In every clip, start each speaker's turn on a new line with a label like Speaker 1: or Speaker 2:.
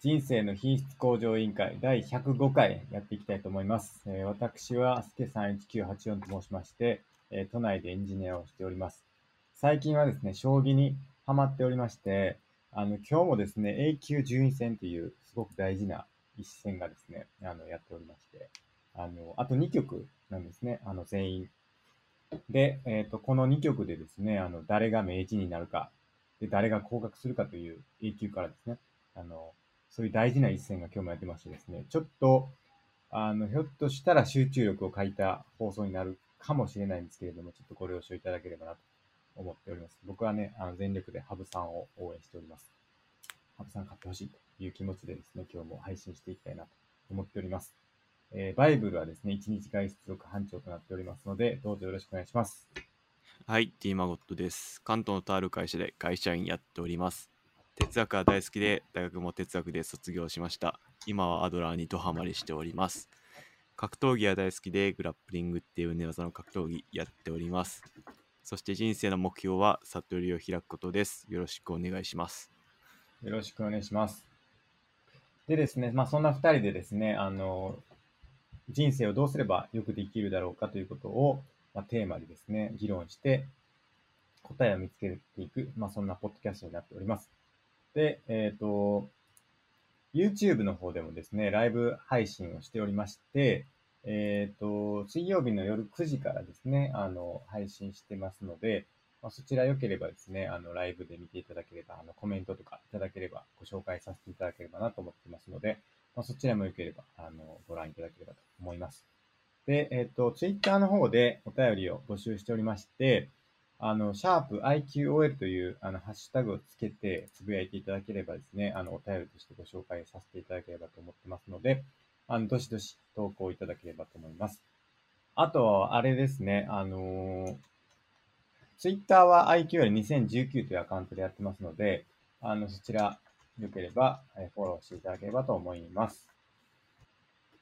Speaker 1: 人生の品質向上委員会第105回やっていきたいと思います。えー私はすけさん1984と申しまして、えー都内でエンジニアをしております。最近はですね、将棋にハマっておりまして、あの、今日もですね、A 級順位戦というすごく大事な一戦がですね、あの、やっておりまして、あの、あと2局なんですね、あの、全員。で、えっ、と、この2局でですね、あの、誰が名人になるか、で、誰が降格するかという A 級からですね、あの、そういう大事な一戦が今日もやってましてですね、ちょっと、あの、ひょっとしたら集中力を欠いた放送になるかもしれないんですけれども、ちょっとご了承いただければなと思っております。僕はね、あの全力で羽生さんを応援しております。羽生さん勝ってほしいという気持ちでですね、今日も配信していきたいなと思っております。えーバイブルはですね、1日外出続班長となっておりますので、どうぞよろしくお願いします。
Speaker 2: はい、ティーマゴットです。関東のとある会社で会社員やっております。哲学は大好きで、大学も哲学で卒業しました。今はアドラーにドハマりしております。格闘技は大好きで、グラップリングっていう寝技の格闘技やっております。そして人生の目標は悟りを開くことです。よろしくお願いします。
Speaker 1: よろしくお願いします。でですね、まあ、そんな2人でですね、あの、人生をどうすればよくできるだろうかということを、まあ、テーマにですね、議論して、答えを見つけていく、まあ、そんなポッドキャストになっております。で、えっ、と、YouTube の方でもですね、ライブ配信をしておりまして、えっ、と、水曜日の夜9時からですね、あの、配信してますので、まあ、そちら良ければですね、あの、ライブで見ていただければ、あの、コメントとかいただければ、ご紹介させていただければなと思ってますので、まあ、そちらも良ければ、あの、ご覧いただければと思います。で、えっ、と、Twitter の方でお便りを募集しておりまして、あの、シャープ i q o l という、あの、ハッシュタグをつけて、つぶやいていただければですね、あの、お便りとしてご紹介させていただければと思ってますので、あの、どしどし投稿いただければと思います。あと、あれですね、あのーツイッターは IQL2019 というアカウントでやってますので、あの、そちら、よければ、えーフォローしていただければと思います。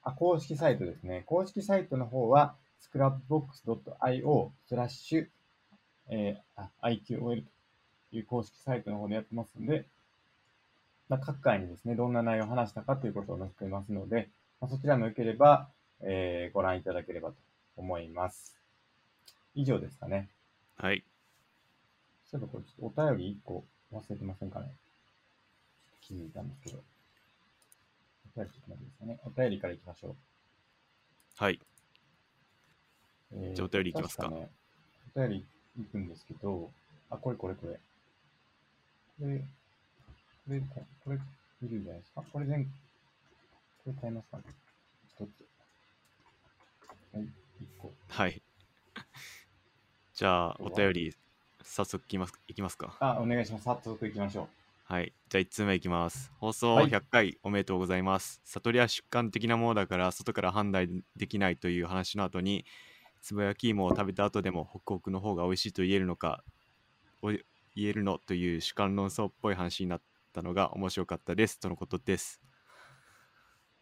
Speaker 1: あ、公式サイトですね。公式サイトの方は、scrapbox.io スラッシュ、えーあ IQL という公式サイトの方でやってますので、まあ、各回にですね、どんな内容を話したかということを載せていますので、まあ、そちらもよければ、えーご覧いただければと思います。以上ですかね。
Speaker 2: はい、
Speaker 1: そういえばこれ、ちょっとお便り1個忘れてませんかねちょっと気づいたんですけど。お便りちょっと待ってですかね。お便りからいきましょう。
Speaker 2: はい、
Speaker 1: え
Speaker 2: じゃあお便りいきますか
Speaker 1: 確ね、お便りいくんですけど、あ、これこれこれ。これ、これ、ここれ、見るじゃないですか。これ全、これ買いますかね。一つ。はい、一個。
Speaker 2: はい。 じゃあ、
Speaker 1: ここ
Speaker 2: お
Speaker 1: は
Speaker 2: 便り、早速いきますいきますか。
Speaker 1: あ、お願いします。早速いきましょう。
Speaker 2: はい。じゃあ1通目いきます。放送
Speaker 1: はい
Speaker 2: 100回おめでとうございます。悟りは出感的なものだから、外から判断できないという話の後に、つぶやき芋を食べた後でも、ホクホクの方が美味しいと言えるのか、お言えるのという主観論争っぽい話になったのが面白かったです。とのことです。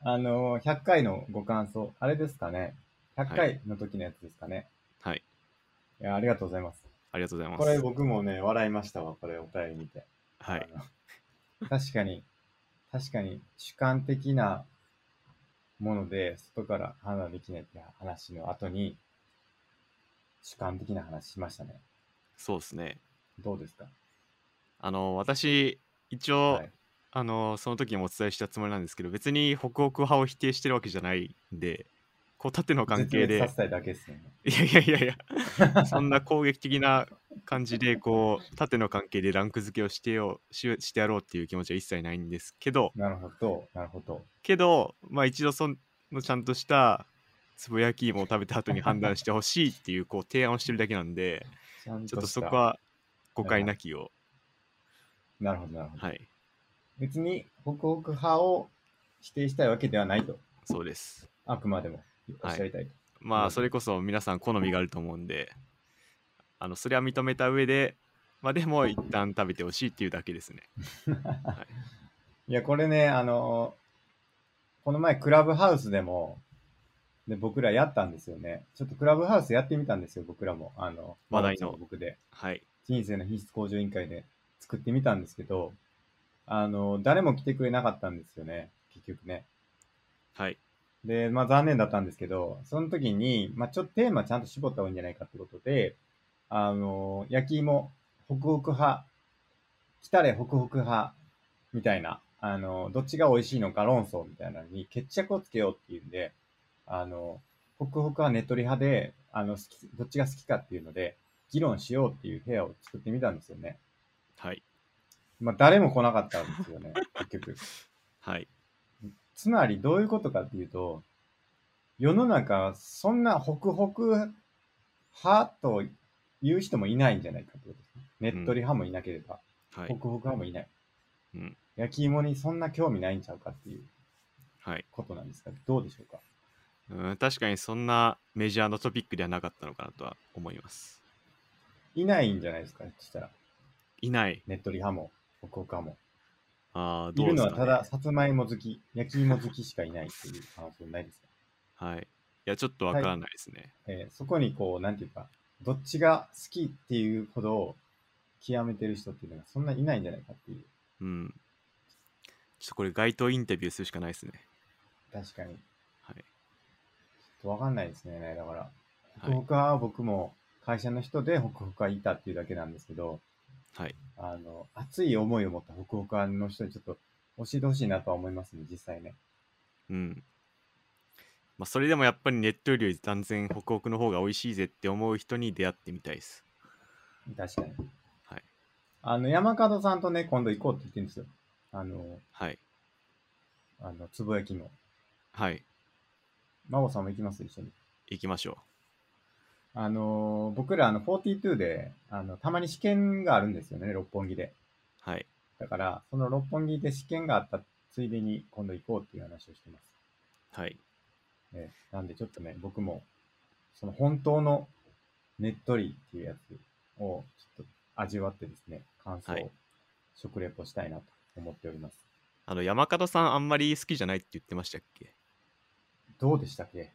Speaker 1: あのー、100回のご感想、あれですかね。100
Speaker 2: は
Speaker 1: 回の時のやつですかね。
Speaker 2: はい。
Speaker 1: いや、ありがとうございます。
Speaker 2: ありがとうございます。
Speaker 1: これ僕もね、笑いましたわ、これ、お便り見て。
Speaker 2: はい。
Speaker 1: あの確かに、確かに、主観的なもので、外から判断できないって話の後に、主観的な話しましたね。
Speaker 2: そうですね。
Speaker 1: どうですか
Speaker 2: あの、私、一応、
Speaker 1: はい。
Speaker 2: あのその時もお伝えしたつもりなんですけど別にホクホク派を否定してるわけじゃないんでこう縦の関
Speaker 1: 絶
Speaker 2: 係で
Speaker 1: 滅させたいだけですよね。
Speaker 2: いやいやいやいやそんな攻撃的な感じでこう縦の関係でランク付けをしてようししてやろうっていう気持ちは一切ないんですけど
Speaker 1: なるほど、なるほど。
Speaker 2: けどまあ一度そのちゃんとしたつぶやき芋を食べた後に判断してほしいっていうこう提案をしてるだけなんで
Speaker 1: ちゃん
Speaker 2: ちょ
Speaker 1: と
Speaker 2: っと
Speaker 1: した
Speaker 2: そこ。は誤解なきを
Speaker 1: なるほど、なるほど。
Speaker 2: はい
Speaker 1: 別に、ホクホク派を否定したいわけではないと。
Speaker 2: そうです
Speaker 1: あくまでもおっしゃりたいと。
Speaker 2: ま
Speaker 1: うん
Speaker 2: あそれこそ皆さん好みがあると思うんであのそれは認めた上でまあでも一旦食べてほしいっていうだけですね
Speaker 1: いや、これね、あの、この前、クラブハウスでも、で、僕らやったんですよね。ちょっとクラブハウスやってみたんですよ、僕らも。あの、
Speaker 2: 話
Speaker 1: まな
Speaker 2: 題の
Speaker 1: ちゃんと僕で。
Speaker 2: はい
Speaker 1: 人生の品質向上委員会で作ってみたんですけど、あの、誰も来てくれなかったんですよね、結局ね。
Speaker 2: はい。
Speaker 1: で、まあ残念だったんですけど、その時に、まあちょっとテーマちゃんと絞った方がいいんじゃないかってことで、あの、焼き芋、ホクホク派、来たれホクホク派、みたいな、あの、どっちが美味しいのか論争みたいなのに決着をつけようっていうんで、あの、ホクホク派、ねっとり派で、あの、好き、どっちが好きかっていうので、議論しようっていう部屋を作ってみたんですよね。
Speaker 2: はい。
Speaker 1: まあ誰も来なかったんですよね、結局。
Speaker 2: はい。
Speaker 1: つまりどういうことかっていうと、世の中、そんなホクホク派という人もいないんじゃないかってことですね。ねっとり派もいなければ、ホ
Speaker 2: はい。
Speaker 1: クホク派もいない。
Speaker 2: うん
Speaker 1: 焼き芋にそんな興味ないんちゃうかっていう
Speaker 2: はい。
Speaker 1: ことなんですかどうでしょうか
Speaker 2: うん、確かにそんなメジャーのトピックではなかったのかなとは思います。
Speaker 1: いないんじゃないですかそしたら、
Speaker 2: いない。
Speaker 1: ねっとり派も、ホクホク派も。
Speaker 2: ああ、
Speaker 1: い
Speaker 2: どう
Speaker 1: る
Speaker 2: で
Speaker 1: の
Speaker 2: すか、
Speaker 1: は
Speaker 2: ね、
Speaker 1: ただ、さつまいも好き、焼き芋好きしかいないっていう感想ないですか
Speaker 2: はい。いや、ちょっとわからないですね。
Speaker 1: えーそこにこう、なんていうか、どっちが好きっていうほど極めてる人っていうのがそんないないんじゃないかっていう。
Speaker 2: うん。ちょっとこれ街頭インタビューするしかないですね。
Speaker 1: 確かに。
Speaker 2: はい。
Speaker 1: ちょっとわかんないですね。だから、ホク
Speaker 2: はい
Speaker 1: ホクは僕も会社の人でホクホクはいたっていうだけなんですけど、
Speaker 2: はい。
Speaker 1: あの、熱い思いを持ったホクホクの人にちょっと教えてほしいなとは思いますね、実際ね。
Speaker 2: うん。まあ、それでもやっぱりネットより断然ホクホクの方が美味しいぜって思う人に出会ってみたいです。
Speaker 1: 確かに。
Speaker 2: はい。
Speaker 1: あの、山門さんとね、今度行こうって言ってるんですよ。あの、
Speaker 2: はい。
Speaker 1: あの、つぼ焼きの。
Speaker 2: はい。
Speaker 1: 孫さんも行きます、一緒に。
Speaker 2: 行きましょ
Speaker 1: あのー僕らあの42で、あの、たまに試験があるんですよね、六本木で。
Speaker 2: う。はい。
Speaker 1: だから、その六本木で試験があったついでに今度行こうっていう話をしてます。
Speaker 2: はい。
Speaker 1: えーなんでちょっとね、僕も、その本当のねっとりっていうやつをちょっと味わってですね、感想
Speaker 2: はい
Speaker 1: を食レポしたいなと思っております。
Speaker 2: あの、山門さんあんまり好きじゃないって言ってましたっけ
Speaker 1: どうでしたっけ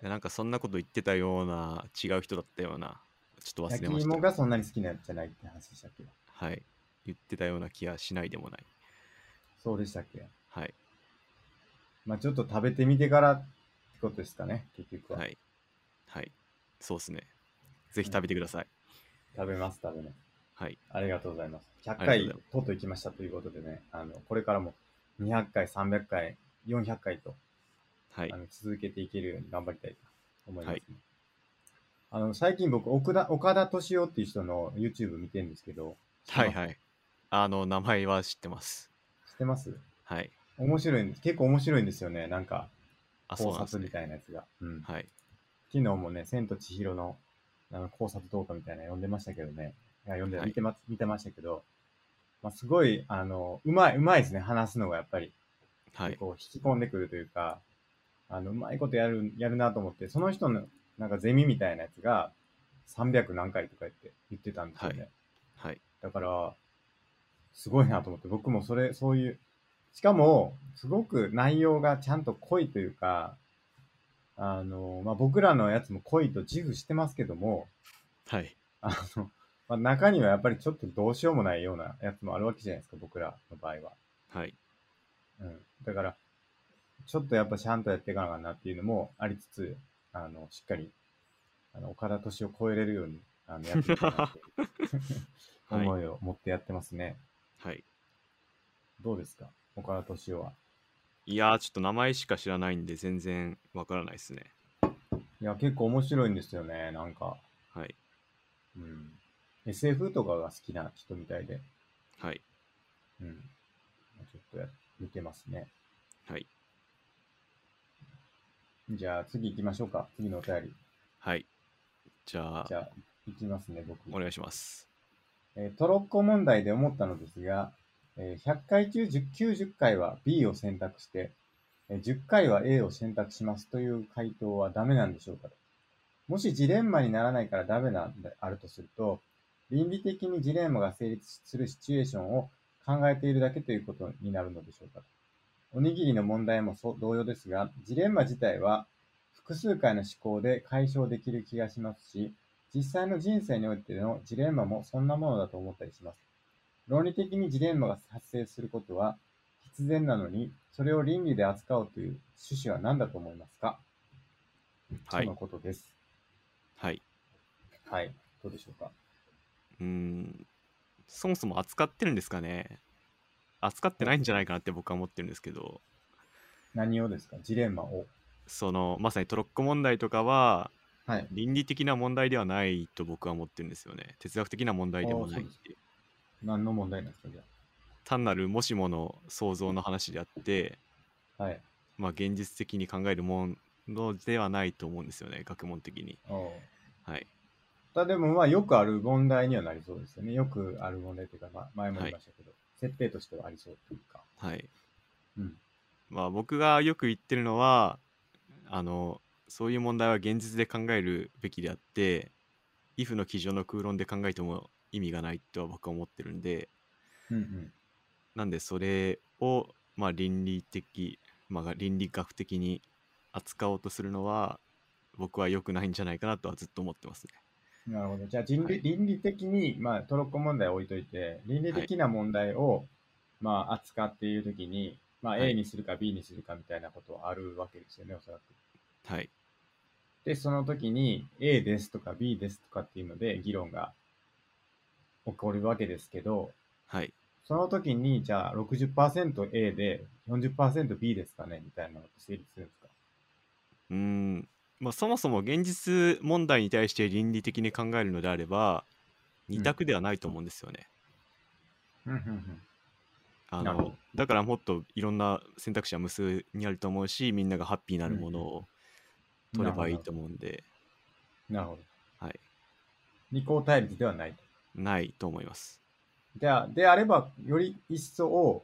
Speaker 2: いやなんかそんなこと言ってたような、違う人だったような、ちょっと忘
Speaker 1: 焼
Speaker 2: れま
Speaker 1: き
Speaker 2: し
Speaker 1: 芋
Speaker 2: た。
Speaker 1: がそんなに好きなんじゃないって話でしたっけ
Speaker 2: はい。言ってたような気がしないでもない。
Speaker 1: そうでしたっけ
Speaker 2: はい。
Speaker 1: まあちょっと食べてみてからってことですかね、結局は。
Speaker 2: はい。はい。そうですね。ぜひ食べてください。
Speaker 1: 食べます、食べます。
Speaker 2: はい。
Speaker 1: ありがとうございます。100
Speaker 2: あり
Speaker 1: 回
Speaker 2: がとうご
Speaker 1: と
Speaker 2: ざい
Speaker 1: うとう行きましたということでね、あのこれからも200回、300回、400回と、
Speaker 2: はい
Speaker 1: あ。の続けていけるように頑張りたいと思います、ね
Speaker 2: はい
Speaker 1: あの最近僕奥田、岡田敏夫っていう人の YouTube 見てるんですけど、
Speaker 2: はいはい。あの、名前は知ってます。
Speaker 1: 知ってます
Speaker 2: はい。
Speaker 1: 面白いんです。結構面白いんですよね、なんか
Speaker 2: あ、そ
Speaker 1: 考
Speaker 2: うなんです
Speaker 1: 察み
Speaker 2: ね。
Speaker 1: たいなやつが。うん、
Speaker 2: はい。
Speaker 1: 昨日もね、千と千尋のあの考察動画みたいなの読んでましたけどね。いや読んで、
Speaker 2: はい
Speaker 1: 見てま、見てましたけど、まあ、すごい、あの、うまい、うまいですね、話すのがやっぱり。
Speaker 2: はい。
Speaker 1: こう引き込んでくるというか、あの、うまいことやる、やるなと思って、その人の、なんかゼミみたいなやつが、300何回とか言って、言ってたんですよね。
Speaker 2: はいはい。
Speaker 1: だから、すごいなと思って、僕もそれ、そういう、しかも、すごく内容がちゃんと濃いというか、あの、まあ、僕らのやつも濃いと自負してますけども、
Speaker 2: はい。
Speaker 1: あの、まあ、中にはやっぱりちょっとどうしようもないようなやつもあるわけじゃないですか、僕らの場合は。
Speaker 2: はい。
Speaker 1: うん、だから、ちょっとやっぱちゃんとやっていかなあかんなっていうのもありつつ、あの、しっかり、あの、岡田敏夫を超えれるように、あの、やっていかなっていう
Speaker 2: はい。
Speaker 1: 思いを持ってやってますね。
Speaker 2: はい。
Speaker 1: どうですか岡田敏夫は。
Speaker 2: いやー、ちょっと名前しか知らないんで、全然わからないですね。
Speaker 1: いや、結構面白いんですよね、なんか。
Speaker 2: はい。
Speaker 1: うん。SF とかが好きな人みたいで、
Speaker 2: はい。
Speaker 1: うん。ちょっとや、見てますね。
Speaker 2: はい。
Speaker 1: じゃあ、次行きましょうか。次のお便り。
Speaker 2: はい。じゃあ
Speaker 1: じ、ゃあ、行きますね、僕。
Speaker 2: お願いします。
Speaker 1: えートロッコ問題で思ったのですが、えー100回中10 90回は B を選択して、えー10回は A を選択しますという回答はダメなんでしょうかもしジレンマにならないからダメなんであるとすると、倫理的にジレンマが成立するシチュエーションを考えているだけということになるのでしょうかおにぎりの問題もそう同様ですが、ジレンマ自体は複数回の思考で解消できる気がしますし、実際の人生においてのジレンマもそんなものだと思ったりします。論理的にジレンマが発生することは必然なのに、それを倫理で扱うという趣旨は何だと思いますか
Speaker 2: は
Speaker 1: と
Speaker 2: い
Speaker 1: の。ことです。
Speaker 2: はい。
Speaker 1: はい。どうでしょうか。
Speaker 2: うーん。そもそも扱ってるんですかね扱ってないんじゃないかなって僕は思ってるんですけど、
Speaker 1: 何をですかジレンマを。
Speaker 2: その、まさにトロッコ問題とかは、
Speaker 1: はい。
Speaker 2: 倫理的な問題ではないと僕は思ってるんですよね。哲学的な問題でもな
Speaker 1: あーそ
Speaker 2: い
Speaker 1: うで
Speaker 2: っていう。
Speaker 1: 何の問題なんですかじゃ
Speaker 2: 単なるもしもの想像の話であって、
Speaker 1: あ。はい。
Speaker 2: まあ、現実的に考えるものではないと思うんですよね、学問的に。
Speaker 1: おう
Speaker 2: はい。
Speaker 1: ただでも、まあ、よくある問題にはなりそうですよね。よくある問題というか、まあ、前も言いましたけど、設定としてはありそうというか。
Speaker 2: はい。
Speaker 1: うん。
Speaker 2: まあ、僕がよく言ってるのは、あの、そういう問題は現実で考えるべきであって、if の基準の空論で考えても意味がないとは僕は思ってるんで、
Speaker 1: うんうん。
Speaker 2: なんでそれを、まあ、倫理的、まあ、倫理学的に扱おうとするのは、僕は良くないんじゃないかなとはずっと思ってますね。
Speaker 1: なるほど。じゃあ人
Speaker 2: は
Speaker 1: 理、
Speaker 2: い
Speaker 1: 倫理的に、まあ、トロッコ問題を置いといて、倫理的な問題を、まあ、扱っているときに、まあ、
Speaker 2: はい
Speaker 1: A にするか B にするかみたいなことはあるわけですよね、おそらく。
Speaker 2: はい。
Speaker 1: で、その時に A ですとか B ですとかっていうので議論が起こるわけですけど、
Speaker 2: はい。
Speaker 1: その時に、じゃあ 60%A で 40%B ですかねみたいなのって成立するんですか
Speaker 2: うーん、まあ、そもそも現実問題に対して倫理的に考えるのであれば二択ではないと思うんですよね。
Speaker 1: うんうんうん。
Speaker 2: あ
Speaker 1: なるほ
Speaker 2: のだからもっといろんな選択肢は無数にあると思うしみんながハッピーになるものを取ればいいと思うんで、
Speaker 1: なるほど。
Speaker 2: はい、
Speaker 1: 二項対立ではない。
Speaker 2: ないと思います。
Speaker 1: じゃあ、であれば、より一層、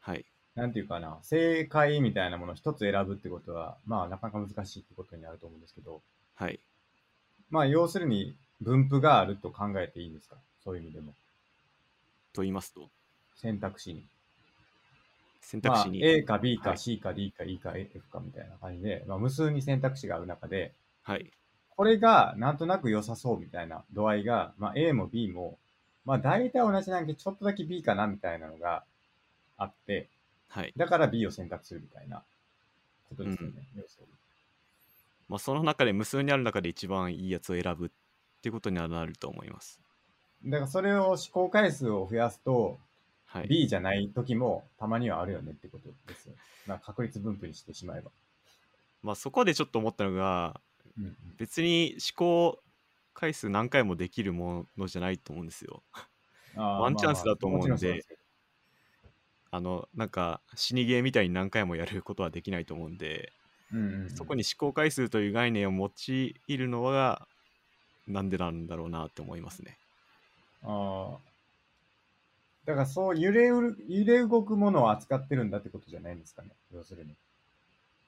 Speaker 2: はい、
Speaker 1: なんていうかな、正解みたいなものを一つ選ぶってことは、まあ、なかなか難しいってことになると思うんですけど、
Speaker 2: はい、
Speaker 1: まあ、要するに、分布があると考えていいんですかそういう意味でも。
Speaker 2: と言いますと
Speaker 1: 選択肢に。
Speaker 2: 選択
Speaker 1: まあ
Speaker 2: 肢、に、
Speaker 1: A か B
Speaker 2: は
Speaker 1: か
Speaker 2: い
Speaker 1: C か D か E か F かみたいな感じで、まあ、無数に選択肢がある中で、
Speaker 2: はい
Speaker 1: これがなんとなく良さそうみたいな度合いが、まあ、A も B も、まあ、大体同じなんで、ちょっとだけ B かなみたいなのがあって、
Speaker 2: はい
Speaker 1: だから B を選択するみたいなことですよね。要するに
Speaker 2: まあ、その中で無数にある中で一番いいやつを選ぶってことにはなると思います。
Speaker 1: だからそれを試行回数を増やすと、
Speaker 2: はい、
Speaker 1: B じゃない時もたまにはあるよねってことですよ。まあ、確率分布にしてしまえば。
Speaker 2: まあ、そこでちょっと思ったのが
Speaker 1: うんうん
Speaker 2: 別に試行回数何回もできるものじゃないと思うんですよ。
Speaker 1: あー
Speaker 2: ワンチャンスだと思うんで
Speaker 1: まあまあもちろそうすけど
Speaker 2: あのなんか死にゲーみたいに何回もやることはできないと思うんで、
Speaker 1: うんうんうん
Speaker 2: そこに試行回数という概念を用いるのはなんでなんだろうなって思いますね。
Speaker 1: ああ。だからそう揺れうる、揺れ動くものを扱ってるんだってことじゃないんですかね。要するに。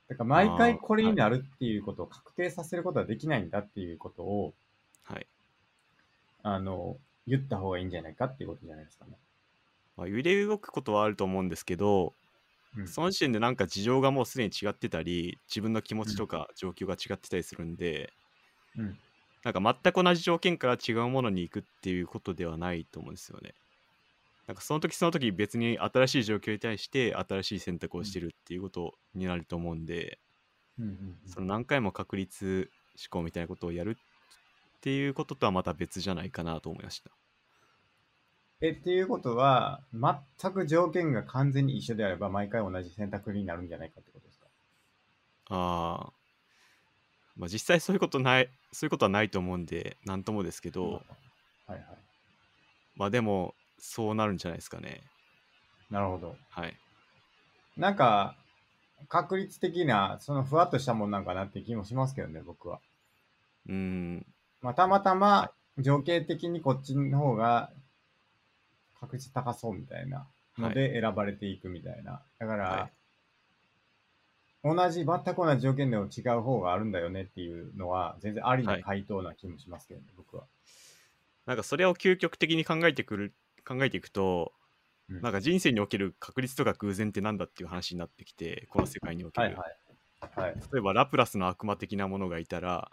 Speaker 1: だから毎
Speaker 2: あ
Speaker 1: 回
Speaker 2: ー
Speaker 1: これになるっていうことを確定させることはできないんだっていうことを、
Speaker 2: はい。
Speaker 1: あの、言った方がいいんじゃないかっていうことじゃないですかね。
Speaker 2: まあ、揺れ動くことはあると思うんですけど、
Speaker 1: うん
Speaker 2: その時点でなんか事情がもうすでに違ってたり、自分の気持ちとか状況が違ってたりするんで、
Speaker 1: うん
Speaker 2: なんか全く同じ条件から違うものに行くっていうことではないと思うんですよね。なんかその時その時別に新しい状況に対して新しい選択をしてるっていうことになると思うんで、
Speaker 1: うんうん
Speaker 2: その何回も確率思考みたいなことをやるっていうこととはまた別じゃないかなと思いました。
Speaker 1: え、っていうことは、全く条件が完全に一緒であれば、毎回同じ選択になるんじゃないかってことですか。
Speaker 2: あーまあ、実際そういうことない、そういうことはないと思うんで、なんともですけど、
Speaker 1: はいはい。
Speaker 2: まあでも、そうなるんじゃないですかね。
Speaker 1: なるほど。
Speaker 2: はい。
Speaker 1: なんか、確率的な、そのふわっとしたもんなんかなって気もしますけどね、僕は。
Speaker 2: うーん、
Speaker 1: まあ、たまたま情景的にこっちの方が確率高そうみたいなので選ばれていくみたいな。だから、
Speaker 2: は
Speaker 1: 同じ、全く同じ条件でも違う方があるんだよねっていうのは、全然あり
Speaker 2: は
Speaker 1: ない回答な気もしますけどね、僕は。
Speaker 2: なんかそれを究極的に考えてくる、考えていくと、
Speaker 1: うん
Speaker 2: なんか人生における確率とか偶然ってなんだっていう話になってきて、この世界における。
Speaker 1: はいはい。はい。
Speaker 2: 例えば、ラプラスの悪魔的なものがいたら、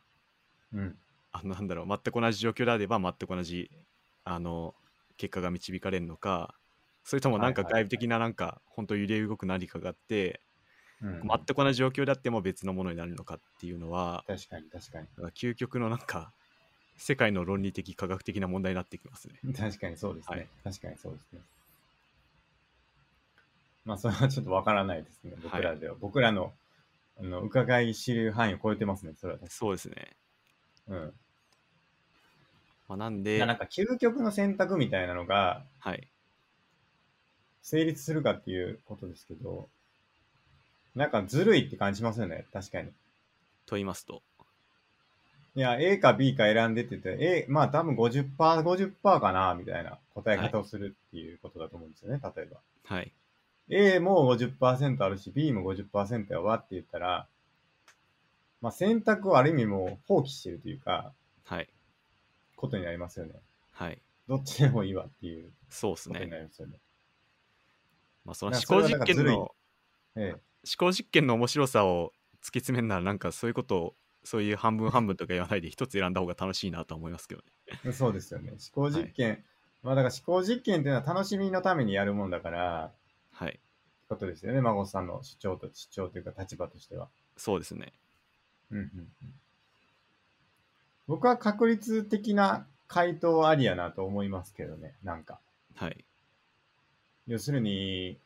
Speaker 1: うん。
Speaker 2: あのなんだろう全く同じ状況であれば全く同じあの結果が導かれるのかそれともなんか
Speaker 1: はいはい
Speaker 2: 外部的ななんか本当揺れ動く何かがあって
Speaker 1: うん、
Speaker 2: 全く同じ状況であっても別のものになるのかっていうのは
Speaker 1: 確かに確かに。
Speaker 2: なんか究極のなんか世界の論理的科学的な問題になってきますね。
Speaker 1: 確かにそうですね。
Speaker 2: はい
Speaker 1: 確かにそうですね。まあ、それはちょっとわからないですね。僕らでは。僕らの、あの、伺い知る範囲を超えてますね、それは。
Speaker 2: そうですね。
Speaker 1: うん。
Speaker 2: まあ、なん
Speaker 1: い
Speaker 2: で
Speaker 1: や、なんか、究極の選択みたいなのが、
Speaker 2: はい、
Speaker 1: 成立するかっていうことですけど、なんか、ずるいって感じますよね、確かに。
Speaker 2: と言いますと
Speaker 1: いや、A か B か選んでって言って、A、まあ多分50%、50%かな、みたいな答え方をするっていうことだと思うんですよね、例えば。
Speaker 2: はい、
Speaker 1: A も50%あるし、B も50%やわって言ったら、まあ選択をある意味もう放棄してるというか、
Speaker 2: はい、
Speaker 1: ことになりますよね。
Speaker 2: はい、
Speaker 1: どっちでもいいわっていう
Speaker 2: そうです
Speaker 1: ことに
Speaker 2: ね。
Speaker 1: なりますよね。
Speaker 2: まあ、その
Speaker 1: なんか
Speaker 2: 思考
Speaker 1: それはなん
Speaker 2: 実
Speaker 1: かず
Speaker 2: 験
Speaker 1: るい
Speaker 2: の
Speaker 1: え
Speaker 2: 思考実験の面白さを突き詰めるならなんかそういうことをそういう半分半分とか言わないで一つ選んだ方が楽しいなと思いますけどね。
Speaker 1: え、そうですよね。思考実験、まあだから思考実験っていうのは楽しみのためにやるもんだから、
Speaker 2: はい、
Speaker 1: ことですよね、孫さんの主張と、主張というか立場としては。
Speaker 2: そうですね。
Speaker 1: うんうんうん僕は確率的な回答ありやなと思いますけどね、なんか。
Speaker 2: はい、
Speaker 1: 要するに、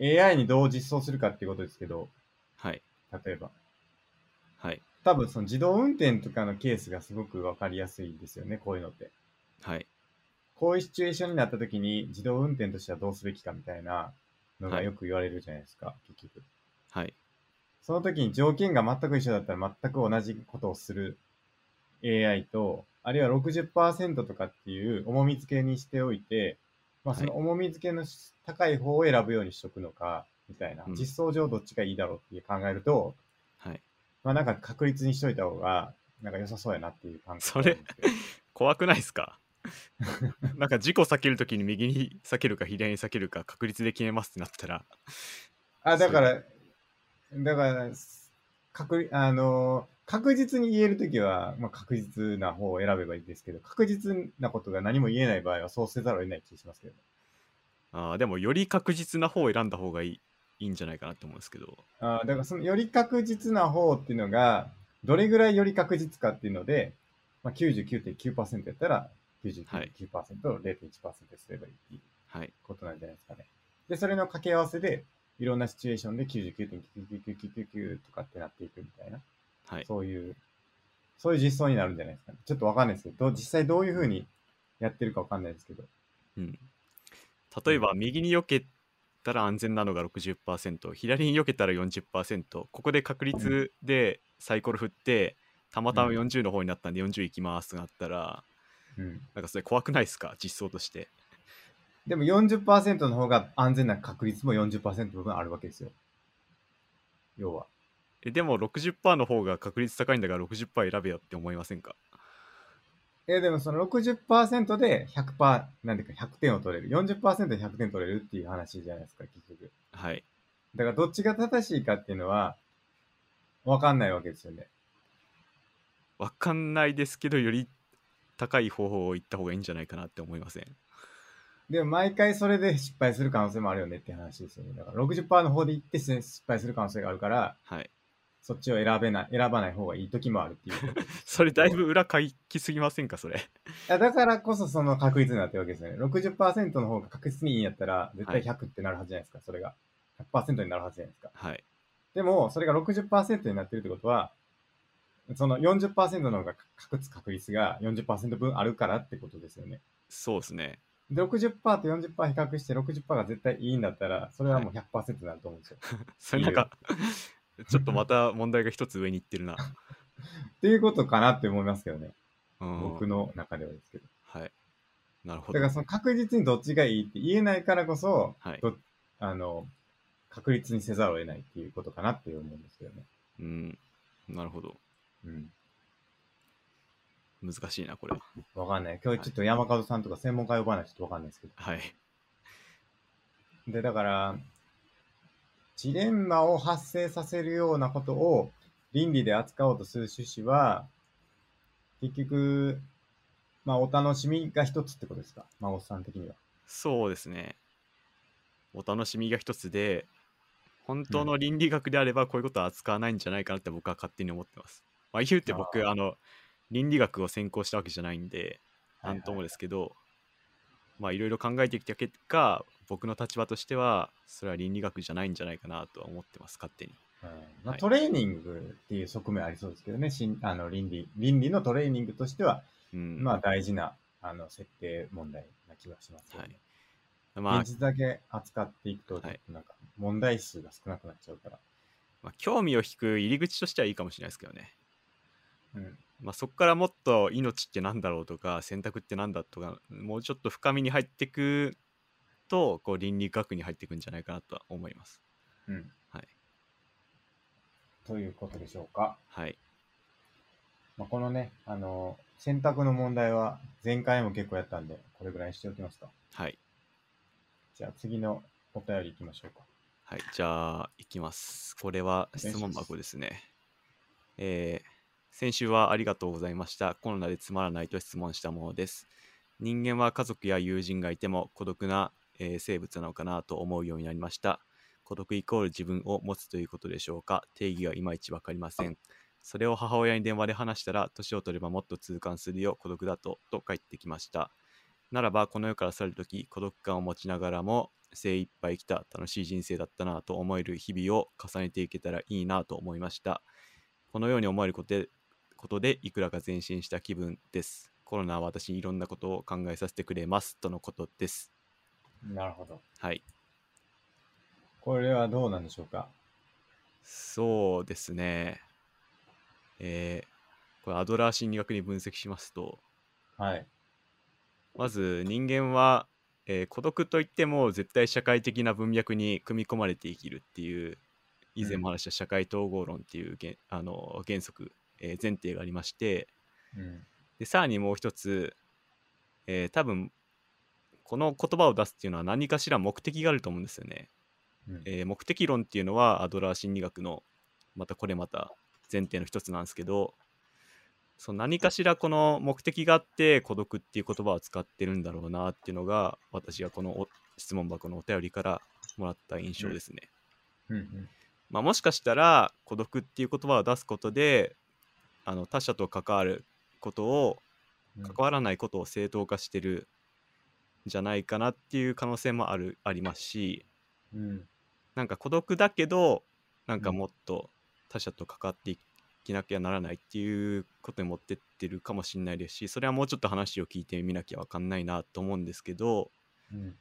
Speaker 1: AI にどう実装するかっていうことですけど、
Speaker 2: はい、
Speaker 1: 例えば。
Speaker 2: はい、
Speaker 1: 多分その自動運転とかのケースがすごくわかりやすいんですよね、こういうのって。
Speaker 2: はい、
Speaker 1: こういうシチュエーションになった時に自動運転としてはどうすべきかみたいなのがよく言われるじゃないですか、結局。
Speaker 2: はい、
Speaker 1: その時に条件が全く一緒だったら全く同じことをする AI と、あるいは60%とかっていう重み付けにしておいて、まあ、
Speaker 2: は
Speaker 1: そ
Speaker 2: い
Speaker 1: の重み付けのし高い方を選ぶようにしとくのか、みたいな
Speaker 2: う。ん
Speaker 1: 実装上どっちがいいだろうっていう考えると、
Speaker 2: はい。
Speaker 1: まあなんか確率にしといた方が、なんか良さそうやなっていう感覚
Speaker 2: それ
Speaker 1: があるんですけど
Speaker 2: 怖くないで すかなんか事故避けるときに右に避けるか左に避けるか確率で決めますってなったら
Speaker 1: あ、だから、だから、確、あの、確実に言えるときは、まあ、確実な方を選べばいいですけど、確実なことが何も言えない場合は、そうせざるを得ない気がしますけど。
Speaker 2: あーでもより確実な方を選んだ方がいいいいんじゃないかなと思うんですけど
Speaker 1: あだから、その、より確実な方っていうのが、どれぐらいより確実かっていうので、まあ、99.9%やったら、99.9%を0.1%すればいいっていう
Speaker 2: はい
Speaker 1: ことなんじゃないですかね。で、それの掛け合わせで、いろんなシチュエーションで99.99999とかってなっていくみたいな。
Speaker 2: はい
Speaker 1: そういう、そういう実装になるんじゃないですかね。ちょっとわかんないですけど、どう実際どういうふうにやってるかわかんないですけど。
Speaker 2: うん、例えば右に避けたら安全なのが60%左に避けたら40%ここで確率でサイコロ振ってたまたま40の方になったんで40行きますとなったら
Speaker 1: うん。
Speaker 2: なんかそれ怖くないですか実装として
Speaker 1: でも40%の方が安全な確率も40%部分あるわけですよ。要は。
Speaker 2: えでも60%の方が確率高いんだから60%選べよって思いませんか
Speaker 1: えーでもその60%で100%、なんていうか100点を取れる。40%で100点取れるっていう話じゃないですか、結局。
Speaker 2: はい
Speaker 1: だからどっちが正しいかっていうのは、わかんないわけですよね。
Speaker 2: わかんないですけどより高い方法を言った方がいいんじゃないかなって思いません
Speaker 1: でも毎回それで失敗する可能性もあるよねって話ですよね。だから60%の方でいって失敗する可能性があるから、
Speaker 2: はい
Speaker 1: そっちを選べない、選ばない方がいい時もあるっていう。 い
Speaker 2: それだいぶ裏書きすぎませんかそれ
Speaker 1: やだからこそその確率になってるわけですよね。60%の方が確実にいいんやったら、絶対
Speaker 2: は
Speaker 1: 100ってなるはずじゃないですか、それが。100%になるはずじゃないですか。
Speaker 2: はい
Speaker 1: でも、それが60%になってるってことは、その40%の方が確つ確率が40%分あるからってことですよね。
Speaker 2: そうですね
Speaker 1: で、60%と40%比較して60%が絶対いいんだったら、それはもう100%になると思うんですよ。
Speaker 2: それなんか ちょっとまた問題が一つ上に行っ てるな、
Speaker 1: っていうことかなって思いますけどね。
Speaker 2: うん、
Speaker 1: 僕の中ではですけど。
Speaker 2: はいなるほ
Speaker 1: だ
Speaker 2: ど
Speaker 1: からその確実にどっちがいいって言えないからこそ、
Speaker 2: はい
Speaker 1: どあの、確率にせざるを得ないっていうことかなって思うんですけどね。
Speaker 2: うんなるほど
Speaker 1: うん。
Speaker 2: 難しいなこれは
Speaker 1: わかんない。今日ちょっと山門さんとか専門家呼ばないとちょっとわかんないですけ
Speaker 2: はい
Speaker 1: ど。で、だから、ジレンマを発生させるようなことを倫理で扱おうとする趣旨は、結局、まあ、お楽しみが一つってことですか。孫さん的には。
Speaker 2: そうですね。お楽しみが一つで、本当の倫理学であればこういうことは扱わないんじゃないかなって僕は勝手に思ってます。まあ、言うて僕、あの、倫理学を専攻したわけじゃないんで、
Speaker 1: はいはい
Speaker 2: なんともですけど、まあいろいろ考えてきた結果、僕の立場としては、それは倫理学じゃないんじゃないかなとは思ってます、勝手に。
Speaker 1: うんま
Speaker 2: は
Speaker 1: あ、
Speaker 2: い
Speaker 1: トレーニングっていう側面ありそうですけどね、しんあの倫理倫理のトレーニングとしては、
Speaker 2: うん。
Speaker 1: まあ、大事なあの設定問題な気がします、
Speaker 2: はい
Speaker 1: ね。
Speaker 2: まあ
Speaker 1: 現、実だけ扱っていくと、
Speaker 2: はい
Speaker 1: ちょっとなんか問題数が少なくなっちゃうから。
Speaker 2: まあ、興味を引く入り口としてはいいかもしれないですけどね。
Speaker 1: うん
Speaker 2: まあ、そこからもっと命ってなんだろうとか選択ってなんだとかもうちょっと深みに入ってくとこう倫理学に入っていくんじゃないかなとは思います。
Speaker 1: うん
Speaker 2: はい
Speaker 1: ということでしょうか。
Speaker 2: はい。
Speaker 1: まあ、このね、あの、選択の問題は前回も結構やったんで、これぐらいにしておきますか。
Speaker 2: はい。
Speaker 1: じゃあ次のお便り行きましょうか。
Speaker 2: はい。じゃあ、いきます。これは質問箱ですね。えー先週はありがとうございました。コロナでつまらないと質問したものです。人間は家族や友人がいても孤独な、えー生物なのかなと思うようになりました。孤独イコール自分を持つということでしょうか定義がいまいちわかりません。それを母親に電話で話したら、年を取ればもっと痛感するよ、孤独だと、と返ってきました。ならば、この世から去るとき、孤独感を持ちながらも、精一杯生きた楽しい人生だったなと思える日々を重ねていけたらいいなと思いました。このように思えることで、ことでいくらか前進した気分です。コロナは私にいろんなことを考えさせてくれます。とのことです。
Speaker 1: なるほど。
Speaker 2: はい。
Speaker 1: これはどうなんでしょうか。
Speaker 2: そうですね。えーこれアドラー心理学に分析しますと、
Speaker 1: はい。
Speaker 2: まず人間は、えー孤独といっても絶対社会的な文脈に組み込まれて生きるっていう以前も話した社会統合論っていうげんあの原則、えー前提がありまして
Speaker 1: うん。
Speaker 2: でさらにもう一つ、えー多分この言葉を出すっていうのは何かしら目的があると思うんですよね。
Speaker 1: うん
Speaker 2: えー目的論っていうのはアドラー心理学のまたこれまた前提の一つなんですけどそう何かしらこの目的があって孤独っていう言葉を使ってるんだろうなっていうのが私がこのお質問箱のお便りからもらった印象ですね。
Speaker 1: うんうん
Speaker 2: まあ、もしかしたら孤独っていう言葉を出すことであの他者と関わることを
Speaker 1: うん
Speaker 2: 関わらないことを正当化してるんじゃないかなっていう可能性もあるありますし、
Speaker 1: うん
Speaker 2: なんか孤独だけどなんか
Speaker 1: うん
Speaker 2: もっと他者と関わっていきなきゃならないっていうことに持ってってるかもしれないですしそれはもうちょっと話を聞いてみなきゃわかんないなと思うんですけど、
Speaker 1: うん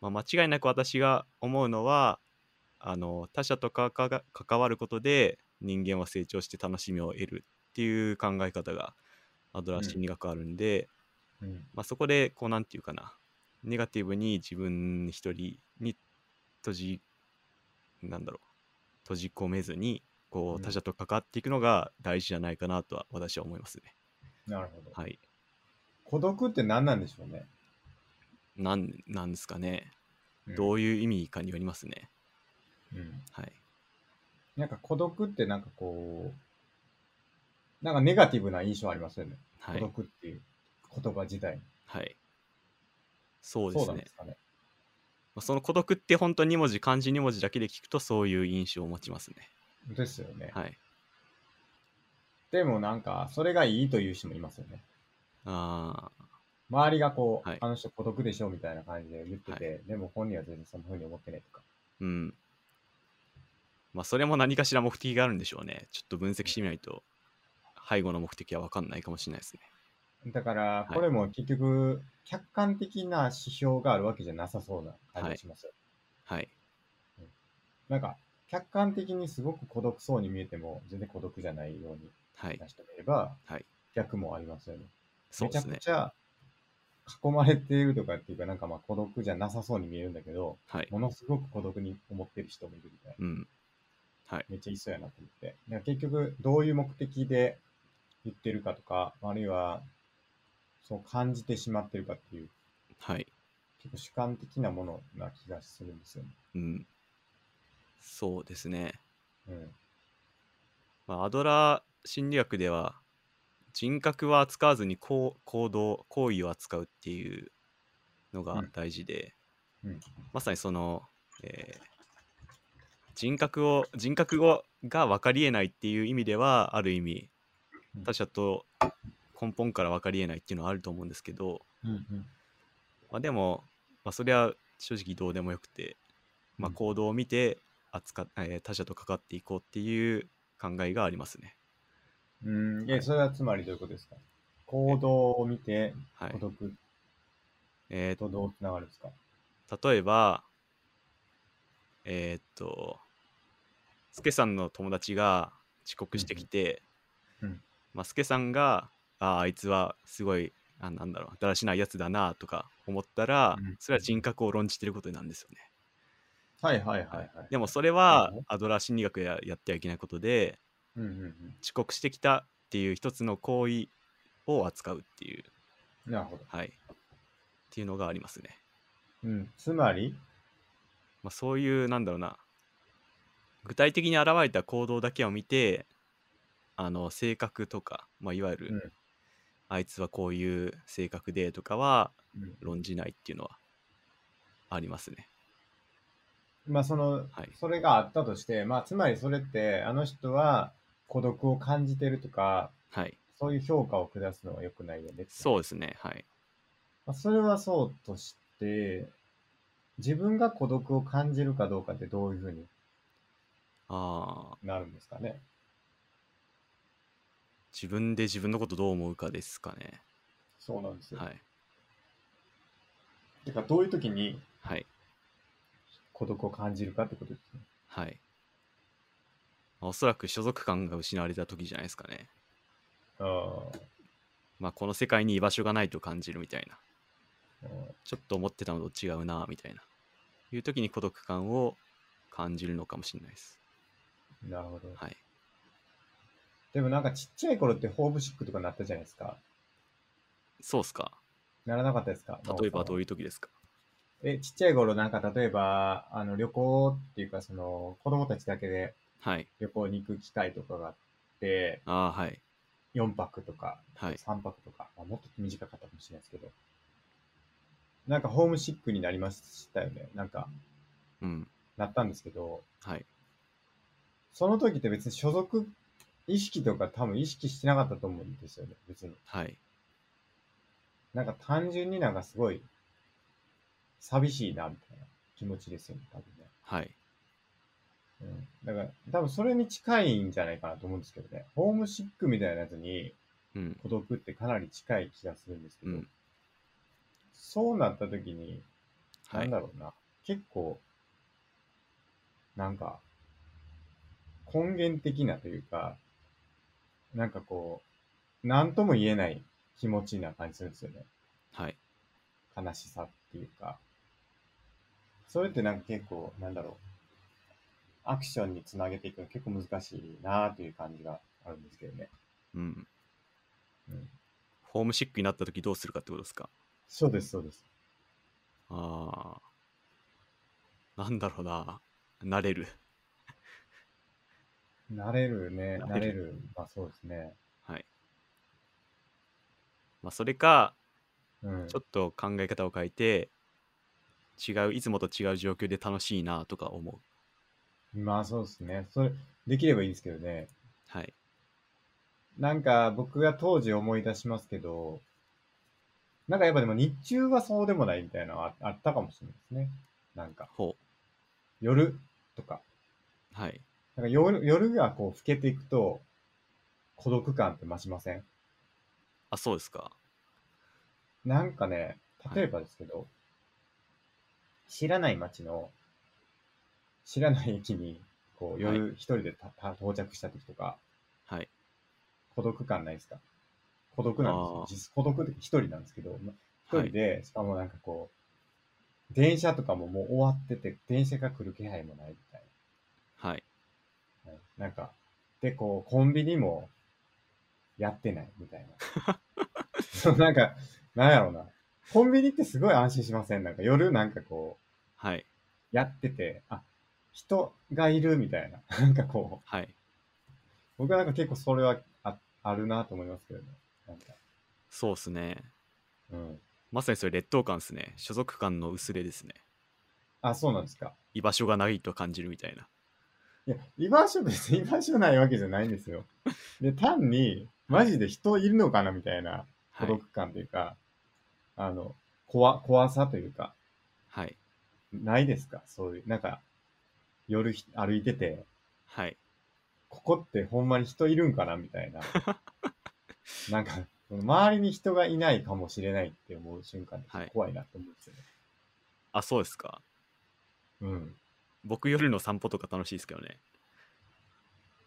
Speaker 2: まあ、間違いなく私が思うのはあの他者とかかが関わることで人間は成長して楽しみを得るっていう考え方がアドラー心理学あるんで、
Speaker 1: うん
Speaker 2: まあ、そこでこうなんていうかなネガティブに自分一人に閉じなんだろう閉じ込めずにこ
Speaker 1: う
Speaker 2: うん他者と関わっていくのが大事じゃないかなとは私は思いますね。
Speaker 1: なるほど。
Speaker 2: はい。
Speaker 1: 孤独って何なんでしょうね。
Speaker 2: なんなんですかね。
Speaker 1: うん
Speaker 2: どういう意味かによりますね。
Speaker 1: うん
Speaker 2: はい。
Speaker 1: なんか孤独ってなんかこう、なんかネガティブな印象ありますよね。
Speaker 2: は
Speaker 1: 孤
Speaker 2: い。
Speaker 1: 独っていう言葉自体。
Speaker 2: はい。そうで
Speaker 1: そう
Speaker 2: す
Speaker 1: なん
Speaker 2: ね
Speaker 1: で。すかね。
Speaker 2: まあその孤独って本当に2文字漢字2文字だけで聞くとそういう印象を持ちますね。
Speaker 1: ですよね。
Speaker 2: はい。
Speaker 1: でもなんか、それがいいという人もいますよね。
Speaker 2: ああ、
Speaker 1: 周りがこう、
Speaker 2: はい
Speaker 1: あの人孤独でしょみたいな感じで言ってて、でも本人は全然そんな風に思ってないとか。
Speaker 2: うん。まあ、それも何かしら目的があるんでしょうね。ちょっと分析してみないと、背後の目的は分かんないかもしれないですね。
Speaker 1: だから
Speaker 2: い、
Speaker 1: これも結局、客観的な指標があるわけじゃなさそうな感じがしますよ。
Speaker 2: はい。
Speaker 1: なんか、客観的にすごく孤独そうに見えても、全然孤独じゃないよう
Speaker 2: はい
Speaker 1: にな。人もいれば、
Speaker 2: はい
Speaker 1: 逆もありますよね。
Speaker 2: そうですね
Speaker 1: め。ちゃくちゃ囲まれているとかっていうか、なんかまあ孤独じゃなさそうに見えるんだけど、
Speaker 2: はい。
Speaker 1: ものすごく孤独に思ってる人もいるみたいな。
Speaker 2: うん。はい。
Speaker 1: めっちゃいそうやなと思って。いや結局、どういう目的で言ってるかとか、あるいは、そう感じてしまってるかっていう、
Speaker 2: はい。
Speaker 1: 結構主観的なものな気がするんですよね。
Speaker 2: うん。そうですね。
Speaker 1: うん。
Speaker 2: まあ、アドラー心理学では、人格は扱わずに行行動、行為を扱うっていうのが大事で、
Speaker 1: うん
Speaker 2: まさにその、えー人格を人格をが分かりえないっていう意味ではある意味
Speaker 1: うん
Speaker 2: 他者と根本から分かりえないっていうのはあると思うんですけど、
Speaker 1: うんうん
Speaker 2: まあ、でも、まあ、それは正直どうでもよくて、まあ、
Speaker 1: うん
Speaker 2: 行動を見て扱っ、えー他者と関わっていこうっていう考えがありますね。
Speaker 1: うん、え、それはつまりどういうことですか行動を見て、
Speaker 2: はい
Speaker 1: 孤独
Speaker 2: えー
Speaker 1: とどうつながるんですか
Speaker 2: 例えばえーっとスケさんの友達が遅刻してきて、
Speaker 1: うんうん
Speaker 2: まあ、スケさんがあーあいつはすごいあなんだろうだらしないやつだなとか思ったら、
Speaker 1: うん
Speaker 2: それは人格を論じてることになるんですよね、
Speaker 1: はいはいはいはい。
Speaker 2: でもそれは
Speaker 1: うん
Speaker 2: アドラー心理学ややってはいけないことで
Speaker 1: うんうん
Speaker 2: 遅刻してきたっていう一つの行為を扱うっていう
Speaker 1: うん。なるほど。
Speaker 2: はいっていうのがありますね
Speaker 1: うん、つまり、
Speaker 2: まあ、そういうなんだろうな具体的に現れた行動だけを見てあの性格とか、まあ、いわゆる、
Speaker 1: うん
Speaker 2: あいつはこういう性格でとかは
Speaker 1: うん
Speaker 2: 論じないっていうのはありますね。
Speaker 1: まあその、
Speaker 2: はい
Speaker 1: それがあったとして、まあつまりそれって、あの人は孤独を感じてるとか、
Speaker 2: はい、
Speaker 1: そういう評価を下すのは良くないよね。
Speaker 2: そうですね。はい、
Speaker 1: まあ、それはそうとして、自分が孤独を感じるかどうかってどういうふうに
Speaker 2: あー
Speaker 1: なるんですかね。
Speaker 2: 自分で自分のことどう思うかですかね。
Speaker 1: そうなんですよ。
Speaker 2: はい、
Speaker 1: てか、どういう時に
Speaker 2: はい、
Speaker 1: 孤独を感じるかってことですね。
Speaker 2: はい。まあおそらく所属感が失われた時じゃないですかね。
Speaker 1: あ
Speaker 2: まあ、この世界に居場所がないと感じるみたいな。
Speaker 1: あ
Speaker 2: ちょっと思ってたのと違うなみたいないう時に孤独感を感じるのかもしれないです
Speaker 1: うんなるほど。
Speaker 2: はい
Speaker 1: でもなんかちっちゃい頃ってホームシックとかなったじゃないですか。
Speaker 2: そうっすか
Speaker 1: ならなかったですか
Speaker 2: 例えばどう
Speaker 1: いう
Speaker 2: いう時ですか
Speaker 1: え、ちっちゃい頃なんか例えば、あの旅行っていうかその子供たちだけで
Speaker 2: はい
Speaker 1: 旅行に行く機会とかがあって、
Speaker 2: ああーはい
Speaker 1: 4泊とか
Speaker 2: はい
Speaker 1: 3泊とか、まあもっと短かったかもしれないですけど、なんかホームシックになりましたよね。なんか、
Speaker 2: うん
Speaker 1: なったんですけど、
Speaker 2: はい
Speaker 1: その時って別に所属意識とか多分意識してなかったと思うんですよね、別に。
Speaker 2: はい
Speaker 1: なんか単純になんかすごい寂しいなみたいな気持ちですよね、多分
Speaker 2: はい
Speaker 1: ね。うん。だから多分それに近いんじゃないかなと思うんですけどね。ホームシックみたいなやつに
Speaker 2: うん
Speaker 1: 孤独ってかなり近い気がするんですけ
Speaker 2: う
Speaker 1: ど、
Speaker 2: ん
Speaker 1: そうなった時に、
Speaker 2: は
Speaker 1: なん
Speaker 2: い
Speaker 1: だろうな、結構、なんか、根源的なというか、なんかこう、なんとも言えない気持ちな感じするんですよね。
Speaker 2: はい
Speaker 1: 悲しさっていうか。それってなんか結構、なんだろう。アクションにつなげていくの結構難しいなという感じがあるんですけどね。
Speaker 2: うん
Speaker 1: うん、
Speaker 2: ホームシックになった時どうするかってことですか
Speaker 1: そうです、そうです。
Speaker 2: ああなんだろうな慣れる
Speaker 1: 慣れるね、
Speaker 2: 慣
Speaker 1: 慣
Speaker 2: れ
Speaker 1: れる。まあそうですね。
Speaker 2: はいまあそれか
Speaker 1: うん
Speaker 2: ち。ょっと考え方を変えて違ういつもと違う状況で楽しいなとか思う
Speaker 1: まあそうですね。それ、できればいいんですけどね。
Speaker 2: はい
Speaker 1: なんか僕が当時思い出しますけど、なんかやっぱでも日中はそうでもないみたいなのはああったかもしれないですね。なんか
Speaker 2: ほ
Speaker 1: 夜とか。
Speaker 2: うはい
Speaker 1: なんか夜夜がこう更けていくと孤独感って増しません
Speaker 2: あそうですか
Speaker 1: なんかね、例えばですけど、知らない街の知らない駅にこう夜一人でた、た到着した時とか
Speaker 2: はい
Speaker 1: 孤独感ないですか孤独なんです
Speaker 2: あ
Speaker 1: よ
Speaker 2: ー。
Speaker 1: 実孤独って一人なんですけど、一
Speaker 2: は
Speaker 1: 人
Speaker 2: い
Speaker 1: で、しかもなんかこう、電車とかももう終わってて、電車が来る気配もないみたい
Speaker 2: はい
Speaker 1: な。はいなんか、で、こう、コンビニもやってないみたいな。そうなんか、なんやろうな。コンビニってすごい安心しませんなんか夜なんかこ、
Speaker 2: はいう
Speaker 1: やってて、あ、人がいるみたいな。なんかこう、
Speaker 2: はい
Speaker 1: 僕はなんか結構それはああるなと思いますけどね。なんか、
Speaker 2: そうっすね
Speaker 1: うん。
Speaker 2: まさにそれ劣等感っすね所属感の薄れですね
Speaker 1: あ、そうなんですか。
Speaker 2: 居場所がないと感じるみたいな。
Speaker 1: いや、居場所別に居場所ないわけじゃないんですよ。で、単に、マジで人いるのかなみたいな孤
Speaker 2: はい
Speaker 1: 独。感というか、あの、怖、怖さというか、
Speaker 2: はい。
Speaker 1: ないですかそういう、なんか、夜ひ歩いてて、
Speaker 2: はい。
Speaker 1: ここってほんまに人いるんかなみた いな。なんか、その周りに人がいないかもしれないって思う瞬間
Speaker 2: は
Speaker 1: で
Speaker 2: い
Speaker 1: 怖いなって思うんですよね。
Speaker 2: あ、そうですか。
Speaker 1: うん。
Speaker 2: 僕夜の散歩とか楽しいですけどね。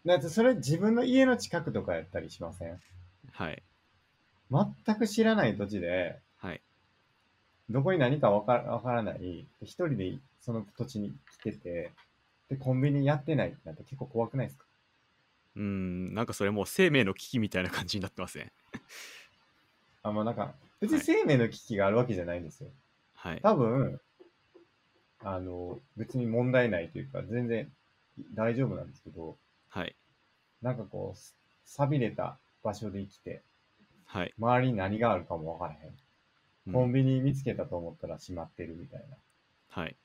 Speaker 1: だってそれ自分の家の近くとかやったりしません
Speaker 2: はい。
Speaker 1: 全く知らない土地で、
Speaker 2: はい。
Speaker 1: どこに何かわからわからない、で一人でその土地に来てて、で、コンビニやってないってなって結構怖くないですか
Speaker 2: うーん、なんかそれもう生命の危機みたいな感じになってません。
Speaker 1: あ、まあなんか、別に
Speaker 2: はい
Speaker 1: 生命の危機があるわけじゃないんですよ。
Speaker 2: はい。
Speaker 1: 多分、あの、別に問題ないというか、全然大丈夫なんですけど、
Speaker 2: はい。
Speaker 1: なんかこう、錆びれた場所で生きて、
Speaker 2: はい。
Speaker 1: 周りに何があるかもわからへん。
Speaker 2: うん
Speaker 1: コンビニ見つけたと思ったら閉まってるみたいな。
Speaker 2: はい。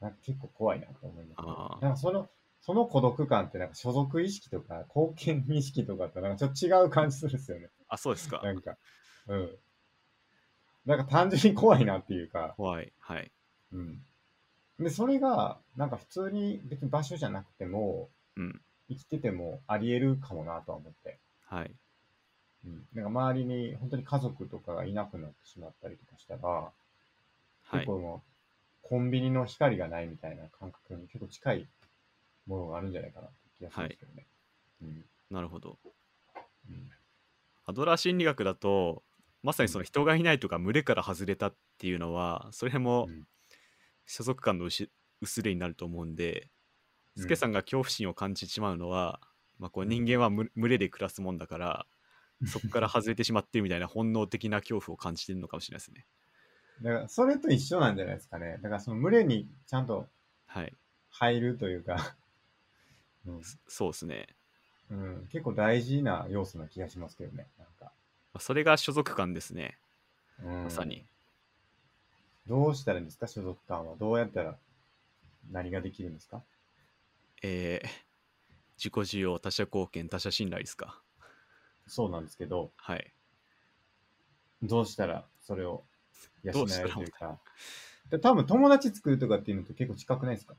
Speaker 1: なんか結構怖いなと思いますね、
Speaker 2: あー
Speaker 1: なんかその、その孤独感ってなんか所属意識とか貢献意識とかとなんかちょっと違う感じするんですよね。
Speaker 2: あ、そうですか。
Speaker 1: なんか、うん。なんか単純に怖いなっていうか、
Speaker 2: 怖い。はい。
Speaker 1: うん。で、それが、なんか普通に別に場所じゃなくても、
Speaker 2: うん。
Speaker 1: 生きててもあり得るかもなとは思って。
Speaker 2: はい。
Speaker 1: うん。なんか周りに本当に家族とかがいなくなってしまったりとかしたら、
Speaker 2: は
Speaker 1: 結
Speaker 2: い。
Speaker 1: 構もうコンビニの光がないみたいな感覚に結構近いものがあるんじゃないかなって気がするんですけどね。うん
Speaker 2: なるほど。
Speaker 1: うん
Speaker 2: アドラー心理学だと、まさにその人がいないとか群れから外れたっていうのは、それも
Speaker 1: うん
Speaker 2: 所属感の薄薄れになると思うんで、スケさんが恐怖心を感じてしまうのは、まあ、こう人間はむ群れで暮らすもんだ から、そこから外れてしまってるみたいな本能的な恐怖を感じてるのかもしれないですね。
Speaker 1: だからそれと一緒なんじゃないですかね。だからその群れにちゃんと
Speaker 2: はい、
Speaker 1: 入るというか、 うん
Speaker 2: そそうですね。
Speaker 1: うん、結構大事な要素な気がしますけどね。なんか、
Speaker 2: まあそれが所属感ですね、
Speaker 1: うん、
Speaker 2: まさに。
Speaker 1: どうしたらいいんですか所属感は。どうやったら何ができるんですか
Speaker 2: えー 自己需要、他者貢献、他者信頼ですか。
Speaker 1: そうなんですけど、
Speaker 2: はい。
Speaker 1: どうしたらそれを養
Speaker 2: どうした
Speaker 1: え
Speaker 2: ら
Speaker 1: るというか。で多分友達作るとかっていうのと結構近くないですか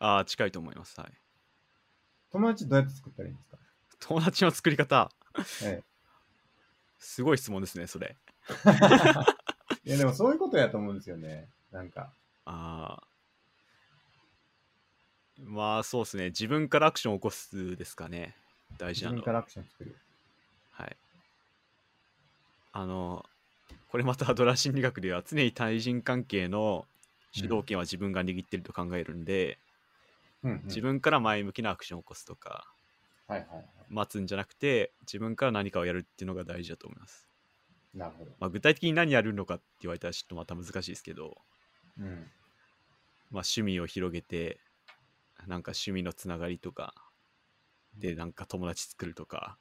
Speaker 2: ああ、近いと思います。はい。
Speaker 1: 友達どうやって作ったらいいんですか
Speaker 2: 友達の作り方
Speaker 1: え
Speaker 2: すごい質問ですねそれ
Speaker 1: え、いやでもそういうことやと思うんですよね。なんか。
Speaker 2: あーまあそうですね自分からアクションを起こすですかね大事
Speaker 1: 自
Speaker 2: なの
Speaker 1: 分
Speaker 2: は
Speaker 1: からアクション作る。
Speaker 2: はいあのこれまたアドラー心理学では常に対人関係の主導権は自分が握ってると考えるんで、
Speaker 1: うん、うん。
Speaker 2: 自分から前向きなアクションを起こすとか
Speaker 1: はいはいは
Speaker 2: 待つんじゃなくて自分から何かをやるっていうのが大事だと思います、
Speaker 1: い。なるほど。
Speaker 2: まあ、具体的に何やるのかって言われたらちょっとまた難しいですけど、
Speaker 1: うん。
Speaker 2: まあ、趣味を広げてなんか趣味のつながりとかでなんか友達作るとか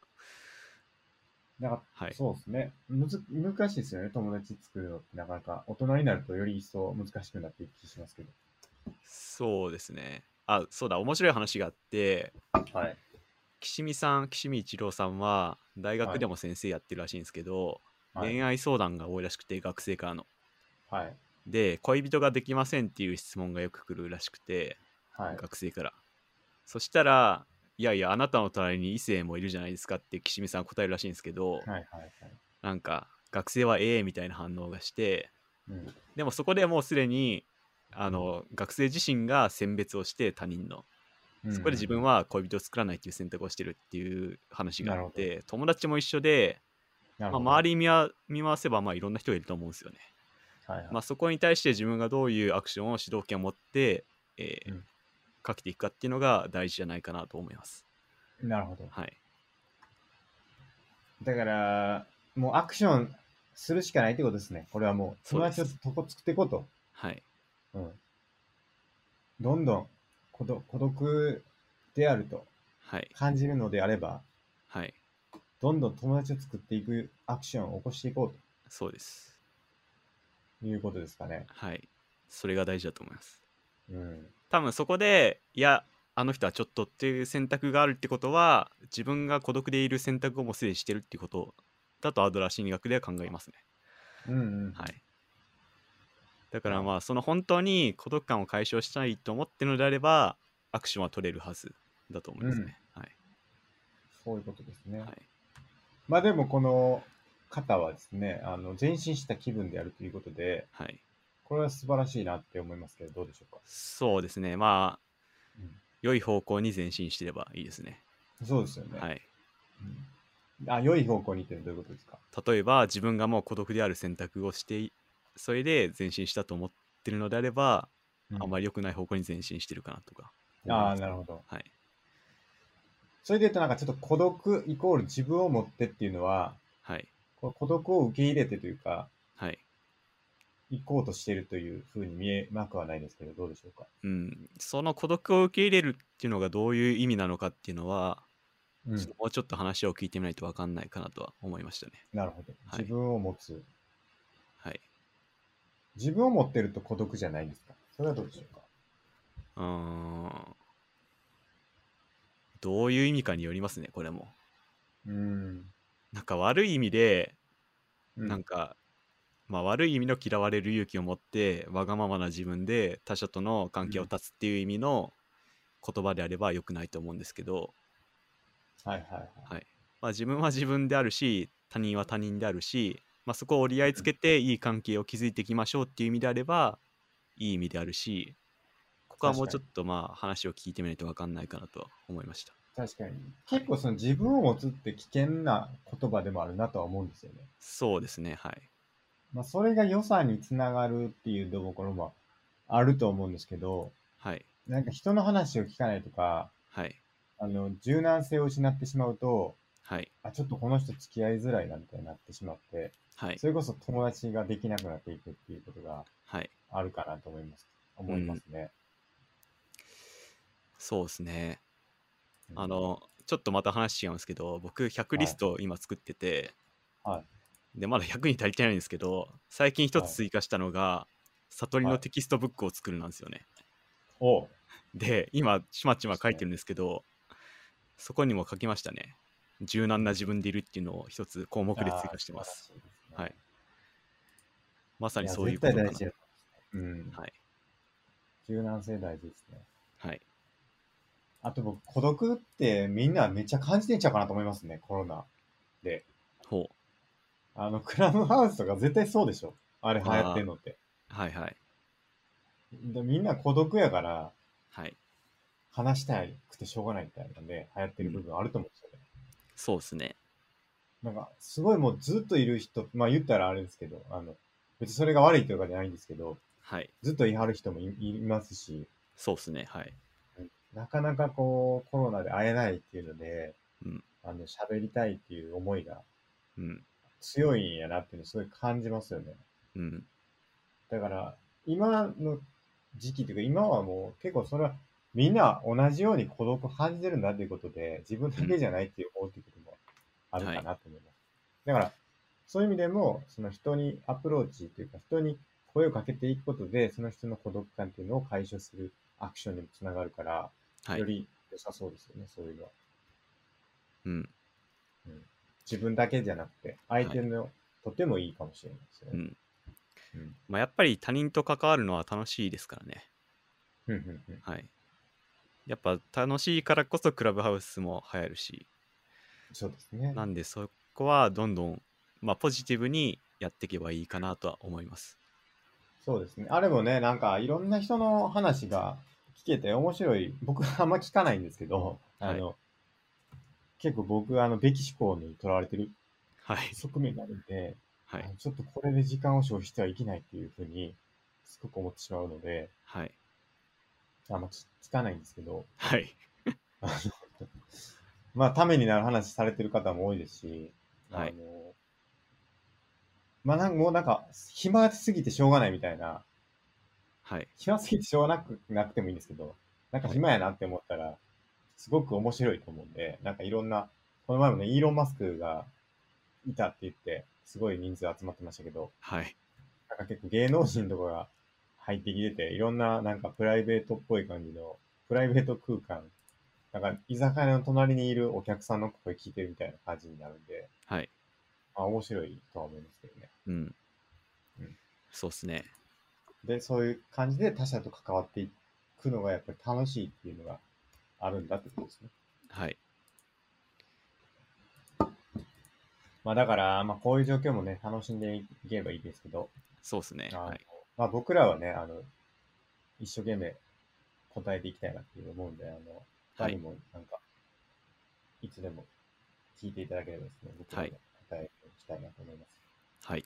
Speaker 1: だから、
Speaker 2: はい
Speaker 1: そうですねむず。難しいですよね。友達作るのってなかなか大人になるとより一層難しくなっていく気しますけど。
Speaker 2: そうですねあそうだ面白い話があって
Speaker 1: はい。
Speaker 2: 岸見さん岸見一郎さんは大
Speaker 1: は
Speaker 2: 学
Speaker 1: い
Speaker 2: でも先生やってるらしいんですけど、
Speaker 1: はい。
Speaker 2: 恋愛相談が多いらしくて学生からの
Speaker 1: はい。
Speaker 2: で恋人ができませんっていう質問がよく来るらしくて
Speaker 1: はい。
Speaker 2: 学生からそしたらいやいやあなたの隣に異性もいるじゃないですかって岸見さんは答えるらしいんですけど、
Speaker 1: はい。はい。
Speaker 2: なんか学生はええみたいな反応がして
Speaker 1: うん。
Speaker 2: でもそこでもうすでにあの学生自身が選別をして他人の
Speaker 1: うん
Speaker 2: そこで自分、は恋人を作らないっていう選択をしてるっていう話があっ
Speaker 1: な
Speaker 2: て友達も一緒で、
Speaker 1: ま
Speaker 2: まあ、周り見わ見回せばまあいろんな人がいると思うんですよね、
Speaker 1: り、はいはい
Speaker 2: まあ、そこに対して自分がどういうアクションを主導権を持って、えー
Speaker 1: うん
Speaker 2: かけていくかっていうのが大事じゃないかなと思います
Speaker 1: なるほど。
Speaker 2: はい
Speaker 1: だから、もうアクションするしかないってことですね。これはもう、
Speaker 2: そう
Speaker 1: 友
Speaker 2: で
Speaker 1: 達
Speaker 2: す
Speaker 1: をとこ作っていこうと。
Speaker 2: はい
Speaker 1: うん。どんどん孤独孤独であると
Speaker 2: はい
Speaker 1: 感じるのであれば、
Speaker 2: はい
Speaker 1: どんどん友達を作っていくアクションを起こしていこう
Speaker 2: そうです
Speaker 1: ということですかね。
Speaker 2: はいそれが大事だと思います
Speaker 1: うん。
Speaker 2: 多分そこでいやあの人はちょっとっていう選択があるってことは自分が孤独でいる選択をもうすでにしてるっていうことだとアドラー心理学では考えますね。
Speaker 1: うんうん。
Speaker 2: はい、だからまあその本当に孤独感を解消したいと思ってるのであればアクションは取れるはずだと思いますね。はい
Speaker 1: そういうことですね。
Speaker 2: はい
Speaker 1: まあでもこの方はですね、あの前進した気分でやるということで、
Speaker 2: はい、
Speaker 1: これは素晴らしいなって思いますけど、どうでしょうか。
Speaker 2: そうですねまあ
Speaker 1: うん
Speaker 2: 良い方向に前進してればいいですね。
Speaker 1: そうですよね。
Speaker 2: はい、
Speaker 1: うんあ、良い方向にっていうのはどういうことですか
Speaker 2: 例えば自分がもう孤独である選択をしていそれで前進したと思ってるのであればあま
Speaker 1: り。
Speaker 2: り良くない方向に前進してるかなとか。
Speaker 1: ああ、なるほど。
Speaker 2: はい。
Speaker 1: それで言うとなんかちょっと孤独イコール自分を持ってっていうのは、
Speaker 2: はい。
Speaker 1: こう孤独を受け入れてというか、
Speaker 2: はい。
Speaker 1: 行こうとしているというふうに見えなくはないですけど、どうでしょうか。
Speaker 2: うん。その孤独を受け入れるっていうのがどういう意味なのかっていうのは、
Speaker 1: うん
Speaker 2: ちょっともうちょっと話を聞いてみないと分かんないかなとは思いましたね。
Speaker 1: なるほど。
Speaker 2: はい
Speaker 1: 自分を持つ。
Speaker 2: はい。
Speaker 1: 自分を持ってると孤独じゃないですか。それはどうでしょうか。
Speaker 2: うーん。どういう意味かによりますね、これも。
Speaker 1: うん。
Speaker 2: なんか悪い意味で、
Speaker 1: う
Speaker 2: なんか、まあ悪い意味の嫌われる勇気を持って、わがままな自分で他者との関係を断つっていう意味の言葉であれば良くないと思うんですけど、
Speaker 1: はいはいはい。
Speaker 2: はいまあ、自分は自分であるし他人は他人であるし、まあ、そこを折り合いつけていい関係を築いていきましょうっていう意味であればいい意味であるしここはもうちょっとまあ話を聞いてみないと分かんないかなとは思いました
Speaker 1: 確かに。結構その自分を持つって危険な言葉でもあるなとは思うんですよね。
Speaker 2: そうですねはい
Speaker 1: まあそれが良さにつながるっていうところもあると思うんですけど、
Speaker 2: はい
Speaker 1: なんか人の話を聞かないとか、
Speaker 2: はい
Speaker 1: あの、柔軟性を失ってしまうと、
Speaker 2: はい
Speaker 1: あ、ちょっとこの人付き合いづらいなみたいになってしまって、
Speaker 2: はい
Speaker 1: それこそ友達ができなくなっていくっていうことが
Speaker 2: はい
Speaker 1: あるかなと思います。思いますね。
Speaker 2: そうですね
Speaker 1: うん
Speaker 2: あ、のちょっとまた話違うんですけど僕100リストを今作ってて、
Speaker 1: は
Speaker 2: でまだ100に足りてないんですけど最近一つ追加したのが、悟りのテキストブックを作るなんですよね、
Speaker 1: おう
Speaker 2: で今ちまちま書いてるんですけどそこにも書きましたね柔軟な自分でいるっていうのを一つ項目で追加してま
Speaker 1: あー素晴らしい
Speaker 2: す。
Speaker 1: ですね
Speaker 2: はいまさ
Speaker 1: い
Speaker 2: に
Speaker 1: や
Speaker 2: そういう
Speaker 1: 絶
Speaker 2: こ
Speaker 1: 対
Speaker 2: とかな
Speaker 1: 大事やと思いますねうん。
Speaker 2: はい
Speaker 1: 柔軟性大事ですね。
Speaker 2: はい
Speaker 1: あと僕、孤独ってみんなめっちゃ感じてんちゃうかなと思いますね、コロナ。
Speaker 2: ほう
Speaker 1: あの、 クラブハウスとか絶対そうでしょ。あれ流行ってんのって。
Speaker 2: はいはい
Speaker 1: でみんな孤独やから、
Speaker 2: はい
Speaker 1: 話したくてしょうがないみたいなんで、流行ってる部分あると思うんですよね。
Speaker 2: そうですね
Speaker 1: なんか、すごいもうずっといる人、まあ言ったらあれですけど、あの、別にそれが悪いというかじゃないんですけど、
Speaker 2: はい
Speaker 1: ずっと言い張る人もいいますし、
Speaker 2: そうですねはい
Speaker 1: なかなかこう、コロナで会えないっていうので、
Speaker 2: うん
Speaker 1: あの、喋りたいっていう思いが
Speaker 2: うん
Speaker 1: 強いんやなっていうのすごい感じますよね。
Speaker 2: うん
Speaker 1: だから、今の時期というか、今はもう結構それはみんな同じように孤独を感じてるんだということで、自分だけじゃないっていう大きいこともあるかなと思います。だから、そういう意味でも、その人にアプローチというか、人に声をかけていくことで、その人の孤独感っていうのを解消するアクションにもつながるから、
Speaker 2: は
Speaker 1: よ
Speaker 2: い
Speaker 1: り良さそうですよね、そういうのは。
Speaker 2: うん
Speaker 1: 自分だけじゃなくて、相手の、とてもいいかもしれないですよ
Speaker 2: う
Speaker 1: ね。
Speaker 2: ん
Speaker 1: うん
Speaker 2: まあやっぱり他人と関わるのは楽しいですからね
Speaker 1: うんうんうん
Speaker 2: はいやっぱ楽しいからこそクラブハウスも流行るし
Speaker 1: そうですね。
Speaker 2: なんでそこはどんどん、まあ、ポジティブにやっていけばいいかなとは思います。
Speaker 1: そうですね。あれもね、なんかいろんな人の話が聞けて面白い。僕はあんま聞かないんですけど、あの、結構僕、あの、べき思考にとらわれてる
Speaker 2: はい。
Speaker 1: 側面があるんで、
Speaker 2: は
Speaker 1: あ
Speaker 2: い。
Speaker 1: のちょっとこれで時間を消費してはいけないっていうふうに、すごく思ってしまうので、
Speaker 2: はい。
Speaker 1: あんま聞聞かないんですけど、
Speaker 2: はい。
Speaker 1: まあ、ためになる話されてる方も多いですし、
Speaker 2: は
Speaker 1: あ
Speaker 2: い。
Speaker 1: の、まあ、なんかもうなんか、暇すぎてしょうがないみたいな、
Speaker 2: はい。
Speaker 1: 暇すぎてしょうがなくなくてもいいんですけど、なんか暇やなって思ったら、すごく面白いと思うんで、なんかいろんな、この前もね、イーロン・マスクがいたって言って、すごい人数集まってましたけど、
Speaker 2: はい。
Speaker 1: なんか結構芸能人とかが入ってきてて、いろんななんかプライベートっぽい感じの、プライベート空間、なんか居酒屋の隣にいるお客さんの声聞いてるみたいな感じになるんで、
Speaker 2: はい。
Speaker 1: まあ面白いとは思いますけどね。
Speaker 2: うん
Speaker 1: うん。
Speaker 2: そうっすね。
Speaker 1: で、そういう感じで他者と関わっていくのがやっぱり楽しいっていうのがあるんだってことですね。
Speaker 2: はい。
Speaker 1: まあだから、まあこういう状況もね、楽しんでいければいいですけど、
Speaker 2: そうっすね。
Speaker 1: あの
Speaker 2: はい。
Speaker 1: まあ僕らはね、あの、一生懸命答えていきたいなっていう思うんで、あの、
Speaker 2: は
Speaker 1: 他に
Speaker 2: い。
Speaker 1: もなんか、いつでも聞いていただければですね、僕ら
Speaker 2: は
Speaker 1: も
Speaker 2: い
Speaker 1: 答えていきたいなと思います。
Speaker 2: はい。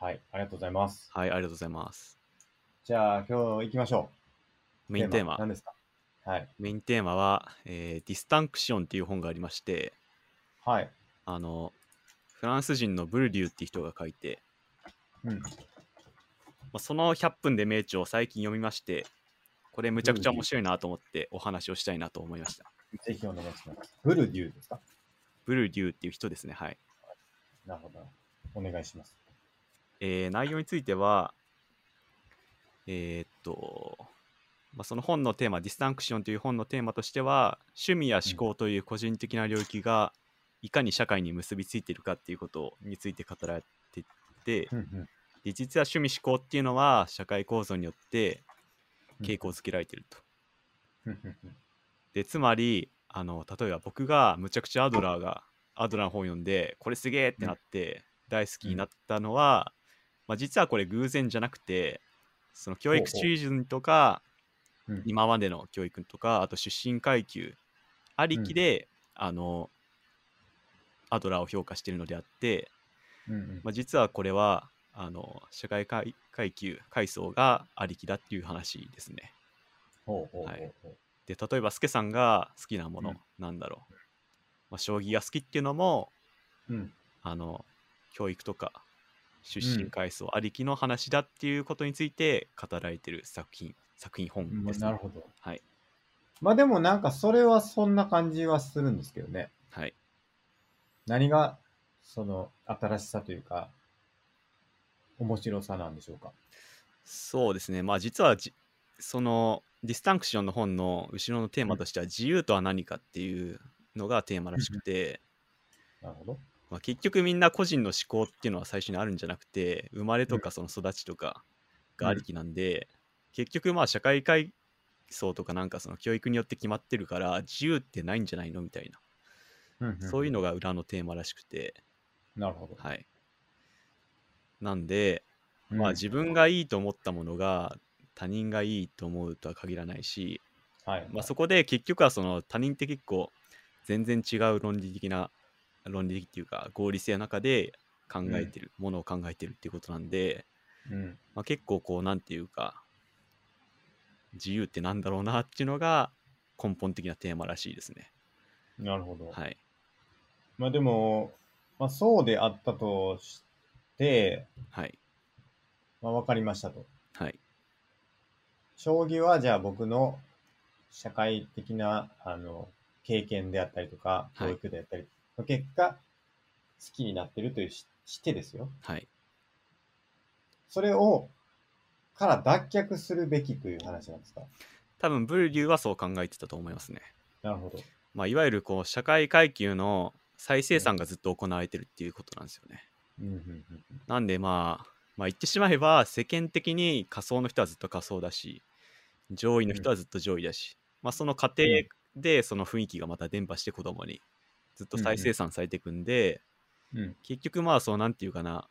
Speaker 1: はい、ありがとうございます。
Speaker 2: はい。ありがとうございます。
Speaker 1: じゃあ今日行きましょう。
Speaker 2: メインテーマ。
Speaker 1: 何ですかはい。
Speaker 2: メインテーマは、えーディスタンクションっていう本がありまして、
Speaker 1: はい。
Speaker 2: あの、フランス人のブルデューって人が書いて、
Speaker 1: うん。
Speaker 2: まあ、その100分で名著を最近読みまして、これむちゃくちゃ
Speaker 1: ブルデュー
Speaker 2: 面白いなと思ってお話をしたいなと思いました。
Speaker 1: ぜひお願いします。ブルデューですか
Speaker 2: ブルデューっていう人ですね。はい。
Speaker 1: なるほど。お願いします。
Speaker 2: えー内容については、えーっと、まあ、その本のテーマ、ディスタンクションという本のテーマとしては、趣味や思考という個人的な領域がいかに社会に結びついているかっていうことについて語られてて、
Speaker 1: うんうん
Speaker 2: で実は趣味思考っていうのは社会構造によって傾向づけられていると。
Speaker 1: うんうんうん
Speaker 2: でつまりあの例えば僕がむちゃくちゃアドラーがアドラーの本を読んでこれすげえってなって大好きになったのは、まあ、実はこれ偶然じゃなくてその教育
Speaker 1: ほうほう
Speaker 2: 水準とか
Speaker 1: うん
Speaker 2: 今までの教育とかあと出身階級ありきで、あのアドラーを評価しているのであって、
Speaker 1: うんうん
Speaker 2: まあ、実はこれはあの社会階階級階層がありきだっていう話ですね。
Speaker 1: ほうほうほうほう
Speaker 2: はいで例えばスケさんが好きなもの、
Speaker 1: うん
Speaker 2: なんだろう、まあ、将棋が好きっていうのも
Speaker 1: うん
Speaker 2: あの教育とか出
Speaker 1: う
Speaker 2: 身
Speaker 1: ん
Speaker 2: 階層ありきの話だっていうことについて語られてる作品作品本
Speaker 1: ま
Speaker 2: で
Speaker 1: あ
Speaker 2: す、
Speaker 1: なるほど。
Speaker 2: はい
Speaker 1: まあでもなんかそれはそんな感じはするんですけどね。
Speaker 2: はい
Speaker 1: 何がその新しさというか、面白さなんでしょうか。
Speaker 2: そうですねまあ実はじそのディスタンクションの本の後ろのテーマとしては自由とは何かっていうのがテーマらしくて、
Speaker 1: なるほど。
Speaker 2: まあ、結局みんな個人の思考っていうのは最初にあるんじゃなくて生まれとかその育ちとかがありきなんで、結局まあ社会階層とかなんかその教育によって決まってるから自由ってないんじゃないのみたいな、そういう
Speaker 1: の。
Speaker 2: のが裏のテーマらしくて
Speaker 1: なるほど。
Speaker 2: はいなんで、
Speaker 1: うん
Speaker 2: まあ自分がいいと思ったものが他人がいいと思うとは限らないし、
Speaker 1: はい。
Speaker 2: まあ、そこで結局はその他人って結構全然違う論理的な論理的っていうか合理性の中で考えてる、ものを考えてるっていうことなんで、
Speaker 1: うん。
Speaker 2: まあ、結構こうなんていうか自由ってなんだろうなっていうのが根本的なテーマらしいですね
Speaker 1: なるほど。
Speaker 2: はい
Speaker 1: まあでも、まあそうであったとして、
Speaker 2: はい
Speaker 1: まあわかりましたと。
Speaker 2: はい
Speaker 1: 将棋はじゃあ僕の社会的なあの経験であったりとか、
Speaker 2: は
Speaker 1: 教
Speaker 2: い
Speaker 1: 育であったり、の結果、好きになってるというししてですよ。
Speaker 2: はい
Speaker 1: それを、から脱却するべきという話なんですか。
Speaker 2: 多分ブルリューはそう考えてたと思いますね、
Speaker 1: なるほど。
Speaker 2: まあ、いわゆるこう社会階級の再生産がずっと行われてるっていうことなんですよね
Speaker 1: うんうんうん
Speaker 2: なんでまあ、まあ言ってしまえば世間的に仮想の人はずっと仮想だし、上位の人はずっと上位だし、まあその過程でその雰囲気がまた伝播して子供にずっと再生産されていくん
Speaker 1: う
Speaker 2: で、
Speaker 1: ん。うん
Speaker 2: 結局まあそうなんていうかな、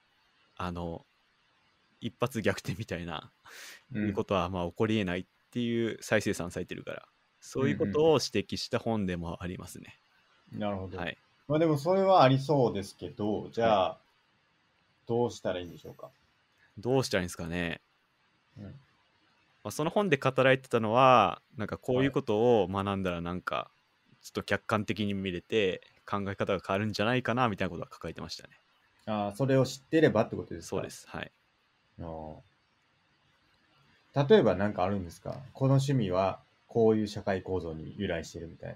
Speaker 2: あの、一発逆転みたいな、
Speaker 1: うん
Speaker 2: いうことはまあ起こりえないっていう再生産されてるから、そういうことを指摘した本でもありますね。
Speaker 1: なるほど。
Speaker 2: はい。
Speaker 1: まあでもそれはありそうですけど、じゃあ、どうしたらいいんでしょうか。
Speaker 2: どうしたらいいんですかね。
Speaker 1: うん
Speaker 2: まあ、その本で語られてたのはなんかこういう
Speaker 1: はい
Speaker 2: ことを学んだらなんかちょっと客観的に見れて考え方が変わるんじゃないかなみたいなことは抱えてましたね。
Speaker 1: ああ、それを知ってればってことですか
Speaker 2: そうで。す。はい。
Speaker 1: ああ例えば何かあるんですかこの趣味はこういう社会構造に由来してるみたいな。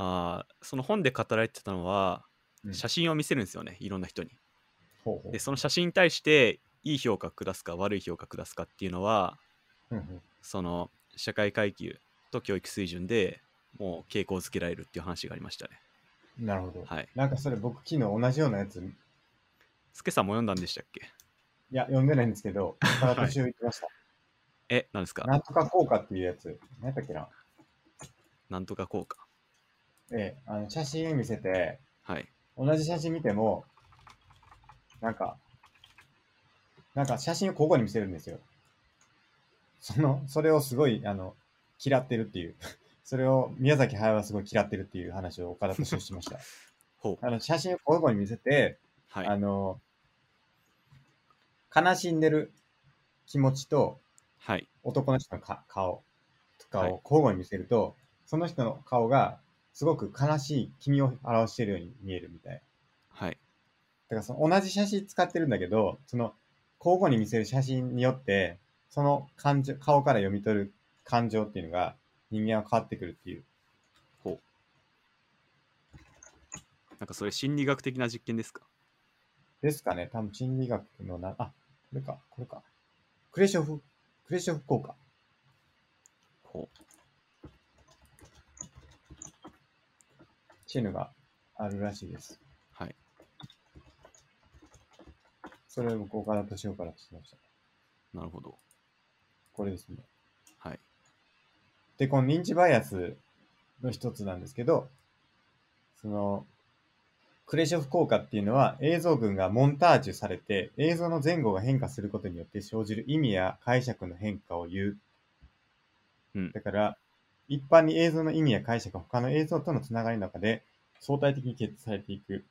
Speaker 2: あーその本で語られてたのは
Speaker 1: うん
Speaker 2: 写真を見せるんですよね、いろんな人に。
Speaker 1: ほうほう
Speaker 2: でその写真に対していい評価下すか悪い評価下すかっていうのは
Speaker 1: うんうん
Speaker 2: その社会階級と教育水準でもう傾向づけられるっていう話がありましたね。
Speaker 1: なるほど。
Speaker 2: はい。
Speaker 1: なんかそれ僕昨日同じようなやつ、い
Speaker 2: スケさんも読んだんでしたっけ
Speaker 1: や、読んでないんですけど、岡田敏夫言ってました。
Speaker 2: え、なんですか
Speaker 1: なんとか効果っていうやつ。何やったっけな。
Speaker 2: なんとか効果。
Speaker 1: ええ、あの写真見せて、
Speaker 2: はい。
Speaker 1: 同じ写真見ても、なんか、なんか写真を交互に見せるんですよ。その、それをすごい、あの、嫌ってるっていう。 それを宮崎駿はすごい嫌ってるっていう話を岡田敏夫しま した。
Speaker 2: ほう。
Speaker 1: あの、写真を交互に見せて、
Speaker 2: はい。
Speaker 1: あの、悲しんでる気持ちと
Speaker 2: はい。
Speaker 1: 男の人のか顔とか
Speaker 2: はい
Speaker 1: を交互に見せると、その人の顔がすごく悲しい君を表しているように見えるみたいな。
Speaker 2: はい。
Speaker 1: だからその同じ写真使ってるんだけど、その交互に見せる写真によって、その感情、顔から読み取る感情っていうのが人間は変わってくるっていう。
Speaker 2: ほう。なんかそれ心理学的な実験ですか
Speaker 1: ですかね。多分心理学のな、あ、これか、これか。クレショフ、クレショフ効果。
Speaker 2: ほう。
Speaker 1: チェヌがあるらしいです。
Speaker 2: はい。
Speaker 1: それを僕、岡田敏夫から聞きました。
Speaker 2: なるほど。
Speaker 1: これですね。
Speaker 2: はい。
Speaker 1: で、この認知バイアスの一つなんですけど、その、クレショフ効果っていうのは映像群がモンタージュされて映像の前後が変化することによって生じる意味や解釈の変化を言う。
Speaker 2: うん
Speaker 1: だから、一般に映像の意味や解釈は他の映像とのつながりの中で相対的に決定されていく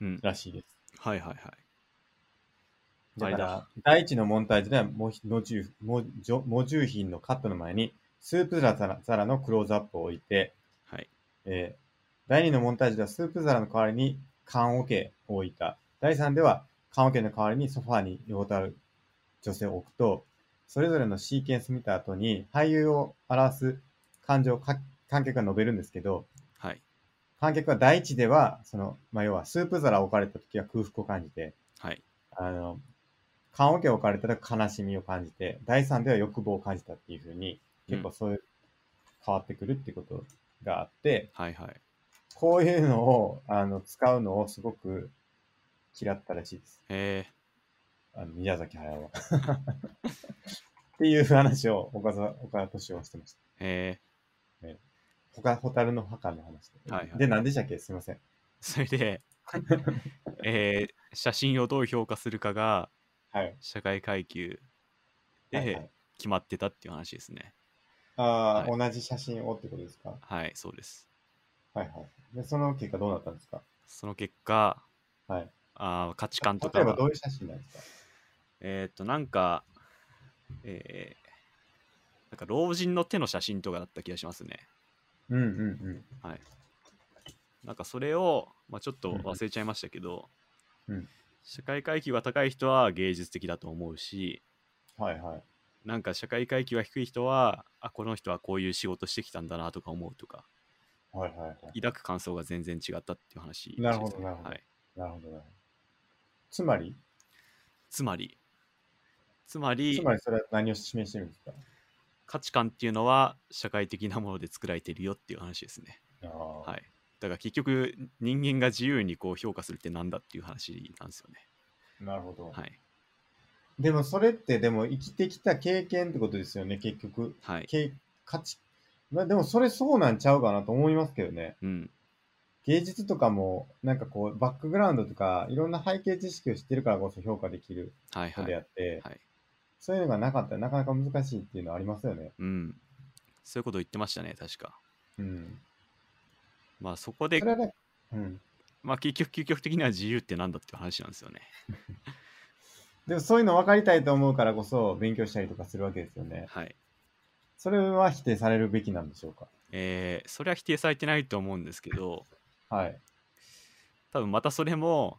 Speaker 2: うん。
Speaker 1: らしいです。
Speaker 2: はいはいはい。
Speaker 1: だ
Speaker 2: あ
Speaker 1: か
Speaker 2: れ
Speaker 1: ら
Speaker 2: だ、
Speaker 1: 第一のモンタージュではモヒモジュモジョ、モジュ品のカットの前に、スープ皿皿のクローズアップを置いて、
Speaker 2: はい。
Speaker 1: えー第二のモンタージュではスープ皿の代わりに缶桶を置いた。第三では缶桶の代わりにソファーに横たわる女性を置くと、それぞれのシーケンス見た後に、俳優を表す感情をか観客が述べるんですけど、
Speaker 2: はい。
Speaker 1: 観客は第一では、その、まあ、要はスープ皿を置かれた時は空腹を感じて、
Speaker 2: はい。
Speaker 1: あの、棺桶を置かれたら悲しみを感じて、第三では欲望を感じたっていうふうに、結構そういう、変わってくるってことがあって、
Speaker 2: はいはい。
Speaker 1: こういうのを、あの、使うのをすごく嫌ったらしいです。
Speaker 2: え
Speaker 1: あの、宮崎駿は。 っていう話を岡田、岡田敏夫はしてました。
Speaker 2: ー、 え
Speaker 1: 他、蛍の墓の話で。
Speaker 2: はいはい
Speaker 1: で、何でしたっけすいません。
Speaker 2: ー、それで、えー、写真をどう評価するかが
Speaker 1: はい。
Speaker 2: 社会階級
Speaker 1: はいは
Speaker 2: で
Speaker 1: い
Speaker 2: 決まってたっていう話ですね。
Speaker 1: ああ、
Speaker 2: は
Speaker 1: 同じ写真をってことですか
Speaker 2: はい、そうです。
Speaker 1: はいはい。で、その結果どうなったんですか
Speaker 2: その結果、
Speaker 1: はい。
Speaker 2: あー価値観と
Speaker 1: 例
Speaker 2: か
Speaker 1: えば
Speaker 2: が
Speaker 1: どういう写真なんですか
Speaker 2: えーっと、なんか、えー、なんか老人の手の写真とかだった気がしますね。
Speaker 1: うんうんうん。
Speaker 2: はい。なんかそれを、まあ、ちょっと
Speaker 1: うんうん
Speaker 2: 忘れちゃいましたけど、
Speaker 1: うん
Speaker 2: 社会階級が高い人は芸術的だと思うし、
Speaker 1: はいはい。
Speaker 2: なんか社会階級が低い人は、あ、この人はこういう仕事してきたんだなとか思うとか、
Speaker 1: はいはいはい。
Speaker 2: 抱く感想が全然違ったっていう話、
Speaker 1: なるほどなるほど
Speaker 2: はい。
Speaker 1: なるほどなるほど。つまり、
Speaker 2: つまり、つまり
Speaker 1: つまりそれは何を示してるんですか
Speaker 2: 価値観っていうのは社会的なもので作られてるよっていう話ですね。
Speaker 1: あー
Speaker 2: はい、だから結局人間が自由にこう評価するってなんだっていう話なんですよね。
Speaker 1: なるほど、
Speaker 2: はい、
Speaker 1: でもそれってでも生きてきた経験ってことですよね、結局。
Speaker 2: はい
Speaker 1: 経価値。まあでもそれそうなんちゃうかなと思いますけどね。
Speaker 2: うん
Speaker 1: 芸術とかも、なんかこう、バックグラウンドとか、いろんな背景知識を知ってるからこそ評価できる
Speaker 2: はい
Speaker 1: の
Speaker 2: は
Speaker 1: であ
Speaker 2: い
Speaker 1: って、
Speaker 2: はい
Speaker 1: そういうのがなかったらなかなか難しいっていうのはありますよね。
Speaker 2: うん、そういうこと言ってましたね確か。
Speaker 1: うん。
Speaker 2: まあそこで
Speaker 1: そ、れはね、うん。
Speaker 2: まあ、結局究極的には自由ってなんだっていう話なんですよね。
Speaker 1: でもそういうの分かりたいと思うからこそ勉強したりとかするわけですよね。
Speaker 2: はい
Speaker 1: それは否定されるべきなんでしょうか。
Speaker 2: えーそれは否定されてないと思うんですけど
Speaker 1: はい。
Speaker 2: 多分またそれも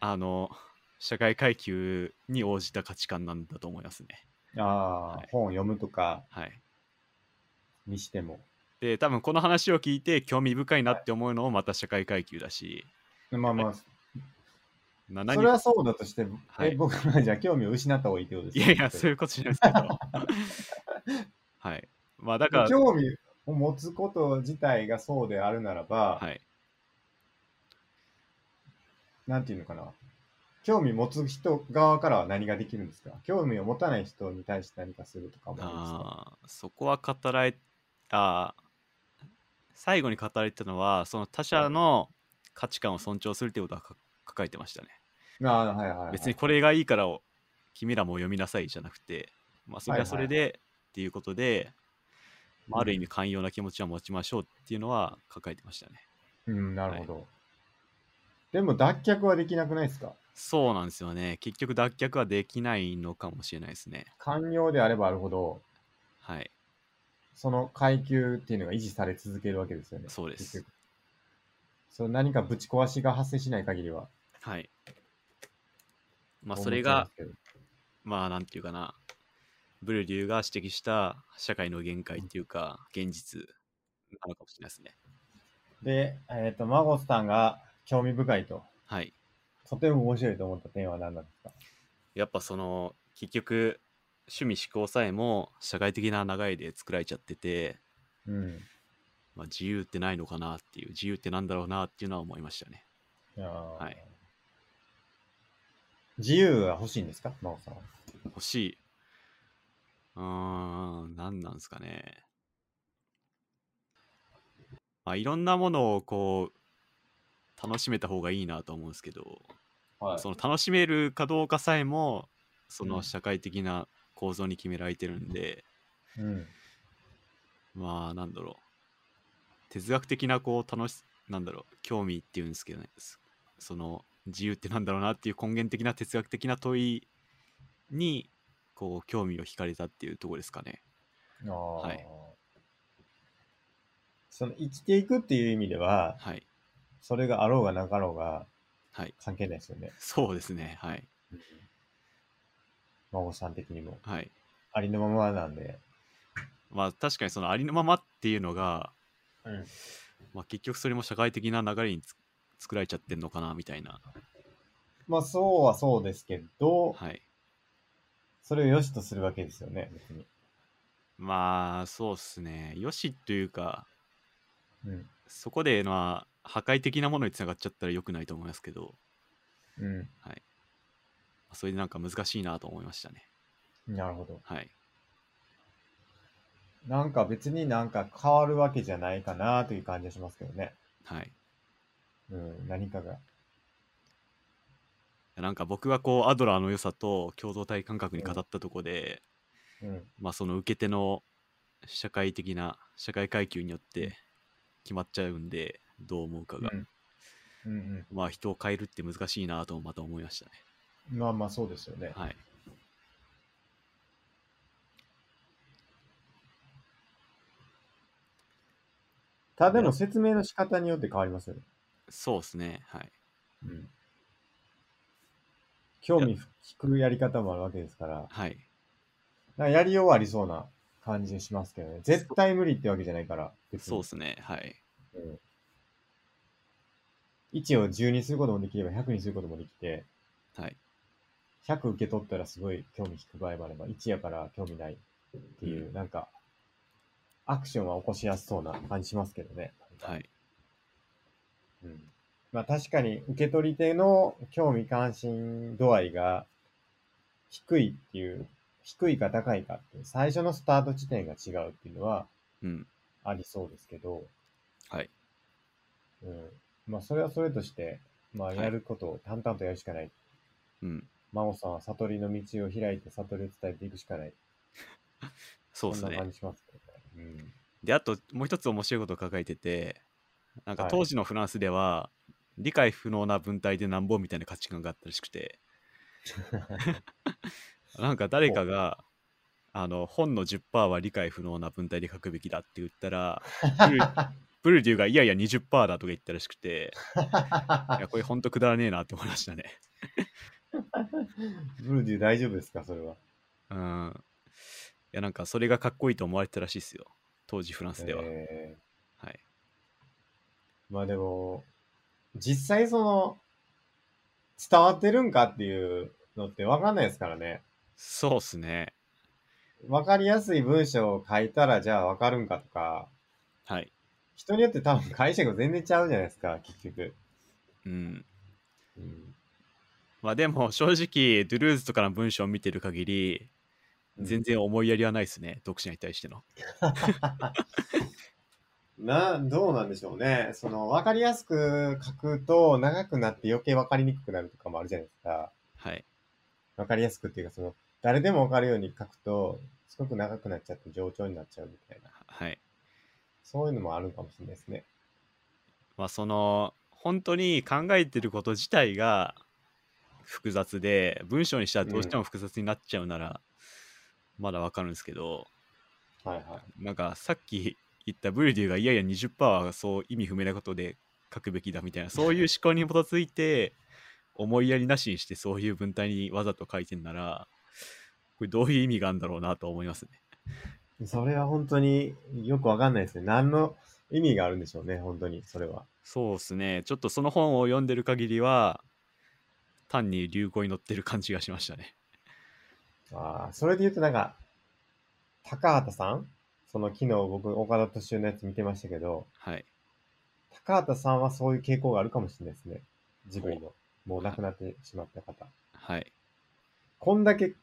Speaker 2: あの社会階級に応じた価値観なんだと思いますね。
Speaker 1: ああ、
Speaker 2: はい
Speaker 1: 本を読むとか
Speaker 2: はい、
Speaker 1: にしても。
Speaker 2: で多分この話を聞いて興味深いなって思うのもまた社会階級だし、
Speaker 1: まあまあ、
Speaker 2: 7
Speaker 1: それはそうだとして、
Speaker 2: はい
Speaker 1: え僕はじゃあ興味を失った方がいいってことです
Speaker 2: い
Speaker 1: ね
Speaker 2: やいや、そういうことじゃないですけど。 はい。まあだから、
Speaker 1: 興味を持つこと自体がそうであるならば、
Speaker 2: はい。
Speaker 1: なんていうのかな。興味持つ人側からは何ができるんですか興味を持たない人に対して何かするとかもあるんですか
Speaker 2: あーそこは語られ、あー最後に語られたのは、その他者の価値観を尊重するってことはか書かれてましたね。
Speaker 1: あーはいはいはい、
Speaker 2: 別にこれがいいからを君らも読みなさいじゃなくて、まあ、それはそれ
Speaker 1: は
Speaker 2: でっていうことで、まあ、ある意
Speaker 1: 味。
Speaker 2: 味寛容な気持ちは持ちましょうっていうのは書かれてましたね。
Speaker 1: うん、なるほど。でも脱却はできなくないですか
Speaker 2: そうなんですよね。結局脱却はできないのかもしれないですね。
Speaker 1: 寛容であればあるほど、
Speaker 2: はい。
Speaker 1: その階級っていうのが維持され続けるわけですよね。
Speaker 2: そうで
Speaker 1: 結
Speaker 2: す
Speaker 1: 局。。その何かぶち壊しが発生しない限りは。
Speaker 2: はい。まあ
Speaker 1: そう
Speaker 2: そ
Speaker 1: 思
Speaker 2: れ
Speaker 1: っちゃいま
Speaker 2: が
Speaker 1: す、けど、
Speaker 2: まあなんていうかな、ブルリューが指摘した社会の限界っていうか、現実なのかもしれないですね。
Speaker 1: で、えっ、と、マゴスさんが興味深いと、
Speaker 2: はい。
Speaker 1: とても面白いと思った点は何なんですか
Speaker 2: やっぱその、結局、趣味思考さえも社会的な流れで作られちゃってて、
Speaker 1: うん。
Speaker 2: まあ、自由ってないのかなっていう、自由ってなんだろうなっていうのは思いましたね。
Speaker 1: いやー
Speaker 2: はい
Speaker 1: 自由が欲しいんですか真央さんは。
Speaker 2: 欲しい。うーん、何なんですかね。まあ、いろんなものをこう、楽しめた方がいいなと思うんですけど、
Speaker 1: はい
Speaker 2: その楽しめるかどうかさえも、そうの
Speaker 1: ん
Speaker 2: 社会的な構造に決められてるんで、
Speaker 1: うん。
Speaker 2: まあ、なんだろう。哲学的な、こう、楽し、なんだろう、興味っていうんですけどね、そその、自由ってなんだろうなっていう根源的な哲学的な問いに、こう、興味を惹かれたっていうところですかね。
Speaker 1: あー
Speaker 2: はい
Speaker 1: その生きていくっていう意味では、
Speaker 2: はい。
Speaker 1: それがあろうがなかろうが
Speaker 2: はい。
Speaker 1: 関係ないですよね。
Speaker 2: そうですね。はい。
Speaker 1: 真央さん的にも。
Speaker 2: はい。
Speaker 1: ありのままなんで。
Speaker 2: まあ、確かにそのありのままっていうのが、
Speaker 1: うん。
Speaker 2: まあ、結局それも社会的な流れにつ作られちゃってんのかな、みたいな。
Speaker 1: まあ、そうはそうですけど、
Speaker 2: はい。
Speaker 1: それを良しとするわけですよね、別に。
Speaker 2: まあ、そうですね。よしというか、
Speaker 1: うん。
Speaker 2: そこで、まあ、破壊的なものにつながっちゃったら良くないと思いますけど、
Speaker 1: う
Speaker 2: それでなんか難しいなと思いましたね。
Speaker 1: ん。なるほど。
Speaker 2: はい。
Speaker 1: なんか別になんか変わるわけじゃないかなという感じがしますけどね。
Speaker 2: はい。
Speaker 1: うん。何かが。
Speaker 2: なんか僕がこう、アドラーの良さと共同体感覚に語ったとこで、
Speaker 1: うん。
Speaker 2: まあ、その受け手の社会的な、社会階級によって決まっちゃうんで、どう思うかが。
Speaker 1: うんうん。
Speaker 2: まあ人を変えるって難しいなとまた思いましたね。
Speaker 1: まあまあそうですよね。
Speaker 2: はい。
Speaker 1: ただの説明の仕方によって変わりますよね。
Speaker 2: そうですね。はい。
Speaker 1: うん、興味引くやり方もあるわけですから、
Speaker 2: はい。
Speaker 1: なんかやりようはありそうな感じしますけどね。絶対無理ってわけじゃないから、別
Speaker 2: そう
Speaker 1: に
Speaker 2: で。すね。はい。
Speaker 1: うん1を10にすることもできれば100にすることもできて、
Speaker 2: はい。
Speaker 1: 100受け取ったらすごい興味引く場合もあれば、1やから興味ないっていう、なんか、アクションは起こしやすそうな感じしますけどね。
Speaker 2: はい。
Speaker 1: うんまあ確かに受け取り手の興味関心度合いが低いっていう、低いか高いかっていう、最初のスタート地点が違うっていうのは
Speaker 2: うん。
Speaker 1: ありそうですけど、
Speaker 2: はい。
Speaker 1: うん、まあそれはそれとして、まあ
Speaker 2: はい
Speaker 1: やることを淡々とやるしかない。
Speaker 2: うん。
Speaker 1: 真央さんは悟りの道を開いて悟りを伝えていくしかない。
Speaker 2: そうです
Speaker 1: んな
Speaker 2: ね
Speaker 1: 感。じしますけどね。
Speaker 2: で、あともう一つ面白いことを抱えてて、なんか
Speaker 1: はい
Speaker 2: 当時のフランスでは、理解不能な文体でなんぼみたいな価値観があったらし くて、なんか誰かが、あの、本の10%は理解不能な文体で書くべきだって言ったら、ブルブルデューがいやいや20%だとか言ったらしくて、 いや、これほんとくだらねえなって思いましたね。
Speaker 1: ブルデュ大丈夫ですかそれは。
Speaker 2: うん。いや、なんかそれがかっこいいと思われてたらしいですよ。当時フランスでは。
Speaker 1: えー
Speaker 2: はい。
Speaker 1: まあでも、実際その、伝わってるんかっていうのってわかんないですからね。
Speaker 2: そうっすね。
Speaker 1: わかりやすい文章を書いたらじゃあわかるんかとか、
Speaker 2: はい。
Speaker 1: 人によって多分解釈全然ちゃうじゃないですか、結局。
Speaker 2: うん。
Speaker 1: うん
Speaker 2: まあでも正直、ドゥルーズとかの文章を見てる限り、全然思いやりはないですね、読者に対しての。
Speaker 1: な、どうなんでしょうね。その、わかりやすく書くと、長くなって余計わかりにくくなるとかもあるじゃないですか。
Speaker 2: はい。
Speaker 1: わかりやすくっていうか、その、誰でもわかるように書くと、すごく長くなっちゃって、冗長になっちゃうみたいな。
Speaker 2: はい。
Speaker 1: そういうのもあるかもしれないですね。
Speaker 2: まあその、本当に考えてること自体が複雑で、文章にしたらどうしても複雑になっちゃうなら、まだわかるんですけど、
Speaker 1: はいはい。
Speaker 2: なんかさっき言ったブリデューがいやいや20%はそう意味不明なことで書くべきだみたい なそういう思考に基づいて思いやりなしにしてそういう文体にわざと書いてんならこれどういう意味があるんだろうなと思いますね。
Speaker 1: それは本当によくわかんないですね。何の意味があるんでしょうね、本当に、それは。
Speaker 2: そうですねちょっとその本を読んでる限りは単に流行に乗ってる感じがしましたね。
Speaker 1: ああ、それで言うとなんか、高畑さんその昨日僕、岡田敏夫のやつ見てましたけど、
Speaker 2: はい
Speaker 1: 高畑さんはそういう傾向があるかもしれないですね。ジブリの。もう亡くなってしまった方。
Speaker 2: はい
Speaker 1: こんだけ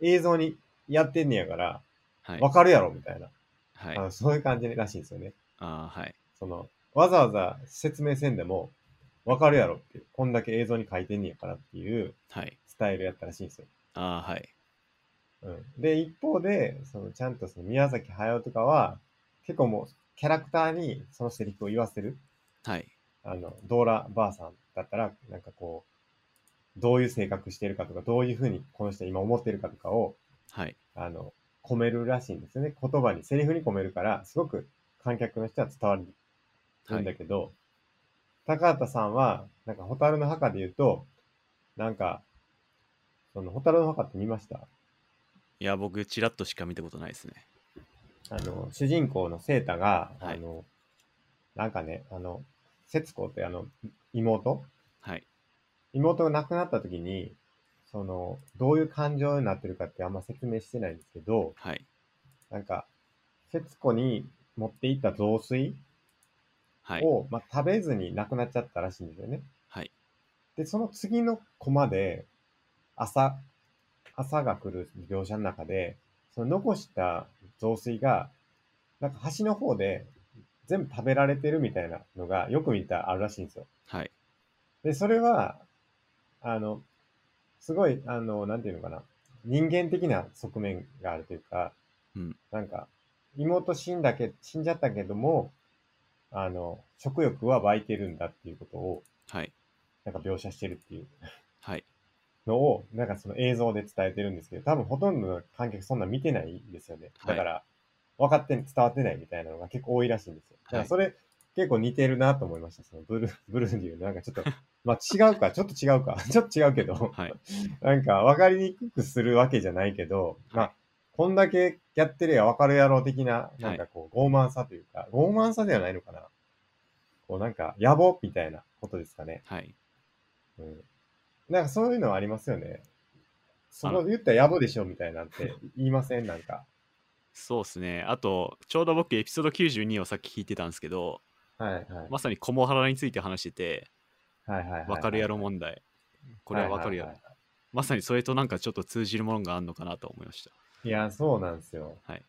Speaker 1: 映像にやってんねやから、
Speaker 2: はい
Speaker 1: わかるやろ、みたいな。
Speaker 2: はい
Speaker 1: あのそういう感じらしいんですよね。
Speaker 2: あーはい
Speaker 1: その、わざわざ説明せんでも、わかるやろっていう。こんだけ映像に書いてんねやからっていう
Speaker 2: はい
Speaker 1: スタイルやったらしいんですよ。
Speaker 2: あーはい
Speaker 1: うん、で、一方で、そのちゃんとその宮崎駿とかは、結構もうキャラクターにそのセリフを言わせる。
Speaker 2: はい
Speaker 1: あの、ドーラばあさんだったら、なんかこう、どういう性格してるかとか、どういうふうにこの人今思ってるかとかを、
Speaker 2: はい
Speaker 1: あの、込めるらしいんですよね。言葉に、セリフに込めるから、すごく観客の人は伝わる
Speaker 2: は
Speaker 1: んだ
Speaker 2: い
Speaker 1: けど、高畑さんは、なんか、蛍の墓で言うと、なんか、その、蛍の墓って見ました
Speaker 2: いや僕ちらっとしか見たことないですね。
Speaker 1: あの、主人公のセータが、
Speaker 2: はい
Speaker 1: あの、なんかね、あの、節子ってあの、妹
Speaker 2: はい
Speaker 1: 妹が亡くなった時に、その、どういう感情になってるかってあんま説明してないんですけど、
Speaker 2: はい
Speaker 1: なんか、節子に持っていった雑炊
Speaker 2: はい
Speaker 1: を、まあ、食べずに亡くなっちゃったらしいんですよね。
Speaker 2: はい
Speaker 1: で、その次のコマで、朝、朝が来る描写の中で、その残した雑炊が、なんか橋の方で全部食べられてるみたいなのがよく見たらあるらしいんですよ。
Speaker 2: はい
Speaker 1: で、それは、あの、すごい、あの、なんていうのかな。人間的な側面があるというか、
Speaker 2: うん
Speaker 1: なんか、妹死んだけ、死んじゃったけども、あの、食欲は湧いてるんだっていうことを、
Speaker 2: はい
Speaker 1: なんか描写してるっていう
Speaker 2: はい
Speaker 1: のを、なんかその映像で伝えてるんですけど、多分ほとんどの観客そんな見てないんですよね。
Speaker 2: はい
Speaker 1: だから、分かってん、伝わってないみたいなのが結構多いらしいんですよ。だか
Speaker 2: は
Speaker 1: ら
Speaker 2: い
Speaker 1: それ、結構似てるなと思いました。そのブルー、 ブルーデュー。なんかちょっと、まあ違うか、ちょっと違うか、 ちょっと違うけど、
Speaker 2: はい
Speaker 1: なんか分かりにくくするわけじゃないけど、まあ、こんだけやってりゃ分かるやろう的な、なんかこう、傲慢さというか、傲慢さではないのかな。こうなんか、野望みたいなことですかね。
Speaker 2: はい
Speaker 1: うんなんかそういうのはありますよね。そ
Speaker 2: あ
Speaker 1: こ
Speaker 2: の
Speaker 1: 言ったら野暮でしょみたいなん て言いませんなんか。
Speaker 2: そうですね。あと、ちょうど僕、エピソード92をさっき聞いてたんですけど、
Speaker 1: はいはい。
Speaker 2: まさにコモハラについて話してて、
Speaker 1: はいはいはいはい。
Speaker 2: わかるやろ問題。これはわかるやろ
Speaker 1: いい。はい
Speaker 2: まさにそれとなんかちょっと通じるものがあるのかなと思いました。
Speaker 1: いや、そうなんですよ。
Speaker 2: はい。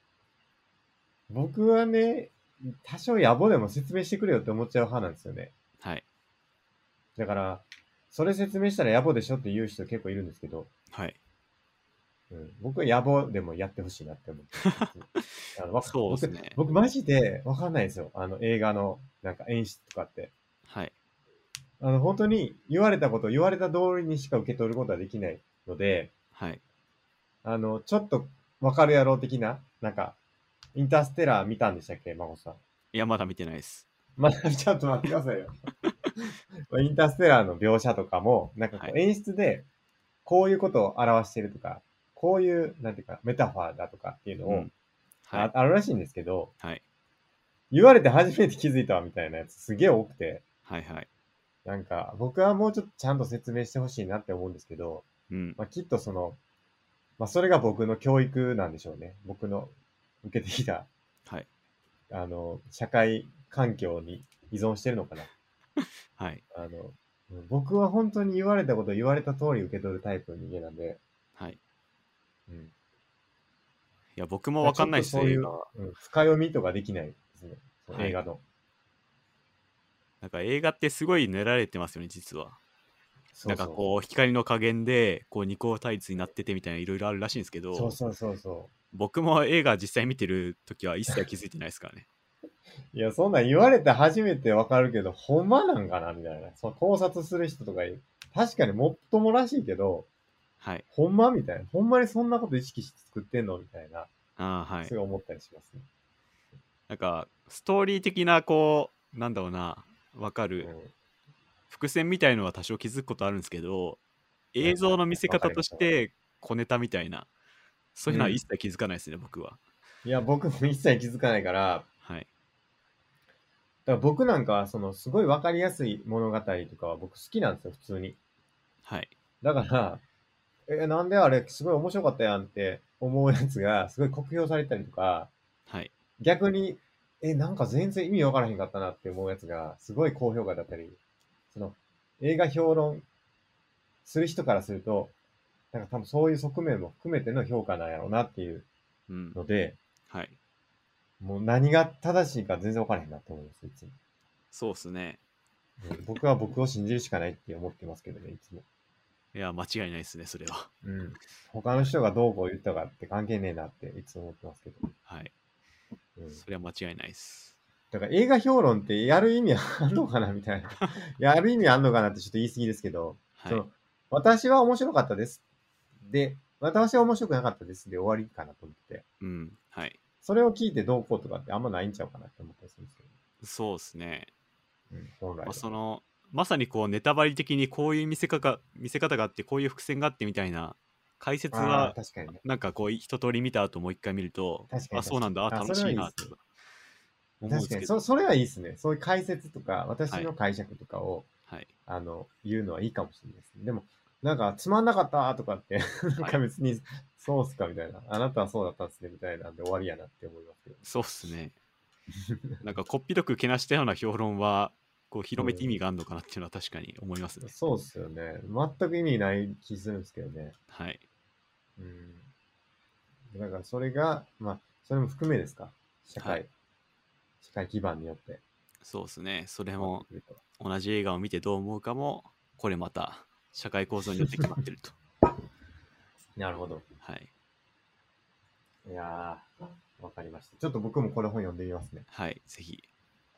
Speaker 1: 僕はね、多少野暮でも説明してくれよって思っちゃう派なんですよね。
Speaker 2: はい。
Speaker 1: だから、それ説明したら野暮でしょって言う人結構いるんですけど、
Speaker 2: はい。
Speaker 1: うん、僕は野暮でもやってほしいなって思 って。あのわか
Speaker 2: そうですね
Speaker 1: 僕、僕マジでわかんないですよ。あの映画のなんか演出とかって。
Speaker 2: はい。
Speaker 1: あの、本当に言われたことを言われた通りにしか受け取ることはできないので、
Speaker 2: はい。
Speaker 1: あの、ちょっとわかるやろう的な、なんか、インターステラー見たんでしたっけ、まこさん。
Speaker 2: いや、まだ見てないです。
Speaker 1: まだちょっと待ってくださ いよ。インターステラーの描写とかも、なんかこう
Speaker 2: は
Speaker 1: 演出で、こういうことを表してるとか、こういう、なんていうか、メタファーだとかっていうのを、
Speaker 2: うんは
Speaker 1: あ
Speaker 2: い。
Speaker 1: あるらしいんですけど、
Speaker 2: はい。
Speaker 1: 言われて初めて気づいたわみたいなやつすげえ多くて、
Speaker 2: はい。はい。
Speaker 1: なんか、僕はもうちょっとちゃんと説明してほしいなって思うんですけど、
Speaker 2: うん。
Speaker 1: まあ、きっとその、まあ、それが僕の教育なんでしょうね。僕の受けてきた、
Speaker 2: はい。
Speaker 1: あの、社会環境に依存してるのかな。
Speaker 2: はい。
Speaker 1: あの、うん僕は本当に言われたことを言われた通り受け取るタイプの人間なんで、
Speaker 2: はい。い
Speaker 1: うん。
Speaker 2: や、僕もわかんないです
Speaker 1: ちょっとそう
Speaker 2: ね、
Speaker 1: いう
Speaker 2: 映画は。
Speaker 1: うん、深読みとかできないですね。その
Speaker 2: はい
Speaker 1: 映画の。
Speaker 2: なんか映画ってすごい練られてますよね、実は。
Speaker 1: そう
Speaker 2: なんかこう、光の加減で、こう、二項対立になっててみたいな、いろいろあるらしいんですけど、
Speaker 1: そうそうそうそ
Speaker 2: 僕も映画実際見てる時は一切気づいてないですからね。
Speaker 1: う。いや、そんなん言われて初めてわかるけど、ほんまなんかなみたいな。そう考察する人とかいる確かにもっともらしいけど、
Speaker 2: はい。
Speaker 1: ほんまみたいな。ほんまにそんなこと意識して作ってんのみたいな。
Speaker 2: ああ、はい
Speaker 1: す。ごい思ったりしますね。
Speaker 2: なんか、ストーリー的な、こう、なんだろうな、わかる、
Speaker 1: うん
Speaker 2: 伏線みたいのは多少気づくことあるんですけど、映像の見せ方として、小ネタみたいな、そういうのは一切気づかないですね、僕は。
Speaker 1: いや、僕も一切気づかないから、
Speaker 2: はい。
Speaker 1: だから僕なんかは、その、すごいわかりやすい物語とかは僕好きなんですよ、普通に。
Speaker 2: はい。
Speaker 1: だから、え、なんであれ、すごい面白かったやんって思うやつが、すごい酷評されたりとか、
Speaker 2: はい。
Speaker 1: 逆に、え、なんか全然意味わからへんかったなって思うやつが、すごい高評価だったり、その、映画評論する人からすると、なんか多分そういう側面も含めての評価なんやろうなっていう
Speaker 2: うん。
Speaker 1: ので、
Speaker 2: はい。
Speaker 1: もう何が正しいか全然わからへんなって思います、い つも。
Speaker 2: そうっすね。
Speaker 1: うん僕は僕を信じるしかないって思ってますけどね、いつも。
Speaker 2: いや、間違いないですね、それは。
Speaker 1: うん。他の人がどうこう言ったかって関係ねえなっていつも思ってますけど。
Speaker 2: はい。
Speaker 1: うん、
Speaker 2: それは間違いないです。
Speaker 1: だから映画評論ってやる意味あんのかなみた いな。やる意味あんのかなってちょっと言い過ぎですけど、
Speaker 2: は
Speaker 1: そ
Speaker 2: い
Speaker 1: の。私は面白かったです。で、私は面白くなかったです。で終わりかなと思って。
Speaker 2: うん。はい。
Speaker 1: それを聞いてどうこうとかってあんまないんちゃうかなって思ったりするんですけ
Speaker 2: そうっすね。
Speaker 1: ど、うん、本来
Speaker 2: まあ、
Speaker 1: は。
Speaker 2: そのまさにこうネタバレ的にこういう見せかか見せ方があってこういう伏線があってみたいな解説
Speaker 1: ああ
Speaker 2: は
Speaker 1: ー、確かにね。
Speaker 2: なんかこう一通り見た後もう一回見ると
Speaker 1: 確かに
Speaker 2: あそうなんだあ
Speaker 1: 確かに
Speaker 2: 楽
Speaker 1: あ
Speaker 2: しいな
Speaker 1: そ
Speaker 2: と
Speaker 1: れ
Speaker 2: か思うん
Speaker 1: 確
Speaker 2: で
Speaker 1: か
Speaker 2: すけ
Speaker 1: に、そ
Speaker 2: ど
Speaker 1: それはいいですね。そういう解説とか、私の解釈とかを、
Speaker 2: はい
Speaker 1: あの、言うのはいいかもしれないですね。でも、なんか、つまんなかったとかって、なんか別に、そうっすかみたいな。あなたはそうだったんですね、みたいなんで終わりやなって思いますけど。
Speaker 2: そうっす ねなんかこっぴどくけなしたような評論はこう広めて意味があるのかなっていうのは確かに思いますね、
Speaker 1: そうっすよね。全く意味ない気するんですけどね。
Speaker 2: はい
Speaker 1: うん。だから、それが、まあ、それも含めですか。社会、
Speaker 2: はい
Speaker 1: 社会基盤によって。
Speaker 2: そうっすねそれも同じ映画を見てどう思うかもこれまた社会構造によって決まってると
Speaker 1: なるほど。
Speaker 2: はい
Speaker 1: いやー、わかりました。ちょっと僕もこれ本読んでみますね。
Speaker 2: はいぜひ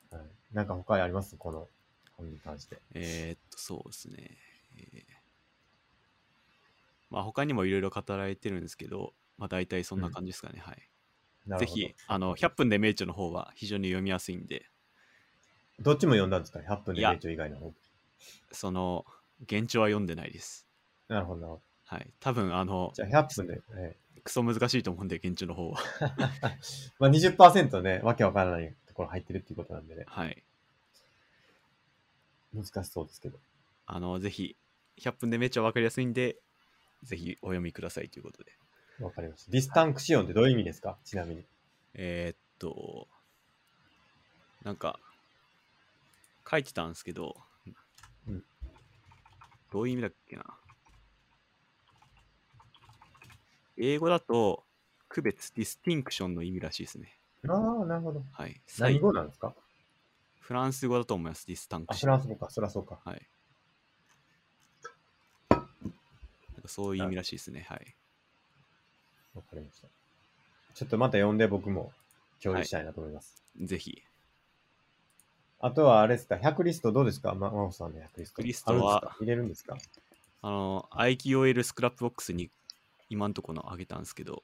Speaker 1: はい、なんか他にありますこの本に関して。
Speaker 2: えーっと、そうですね。えーまあ、他にもいろいろ語られてるんですけど、まあ、大体そんな感じですかね。はい。
Speaker 1: な
Speaker 2: ぜ
Speaker 1: るほど
Speaker 2: ひ、あの、100分で名著の方は非常に読みやすいんで、
Speaker 1: どっちも読んだんですか ?100 分で
Speaker 2: いや
Speaker 1: 名著以外の本。
Speaker 2: その、現状は読んでないです。
Speaker 1: なるほどなるほど。
Speaker 2: はい。多分、あの、
Speaker 1: じゃあ100分で、はい
Speaker 2: クソ難しいと思うんで、現状の方は。
Speaker 1: まあ20%ね、わけわからないところ入ってるっていうことなんでね、
Speaker 2: はい。
Speaker 1: 難しそうですけど。
Speaker 2: あの、ぜひ、100分で名著は分かりやすいんで、ぜひお読みくださいということで。
Speaker 1: わかりました。ディスタンクシオンってどういう意味ですかちなみに。
Speaker 2: えーっと、なんか、書いてたんですけど、
Speaker 1: うん
Speaker 2: どういう意味だっけな。英語だと、区別、ディスティンクションの意味らしいですね。
Speaker 1: ああ、なるほど。
Speaker 2: はい。最
Speaker 1: 何
Speaker 2: 後
Speaker 1: 語なんですか
Speaker 2: フランス語だと思います、ディスタン
Speaker 1: あ、
Speaker 2: クシ
Speaker 1: フ
Speaker 2: ョン。
Speaker 1: ランス語か。そらそうか。
Speaker 2: はい。なんかそういう意味らしいですね。はい。
Speaker 1: わかりました。ちょっとまた読んで僕も共有したいなと思います。
Speaker 2: ぜひ。
Speaker 1: あとはあれですか ?100 リストどうですかま、真帆さんの100リスト。
Speaker 2: リスト
Speaker 1: あるん
Speaker 2: は
Speaker 1: ですか入れるんですか
Speaker 2: あの、IQOL スクラップボックスに今んとこのあげたんですけど、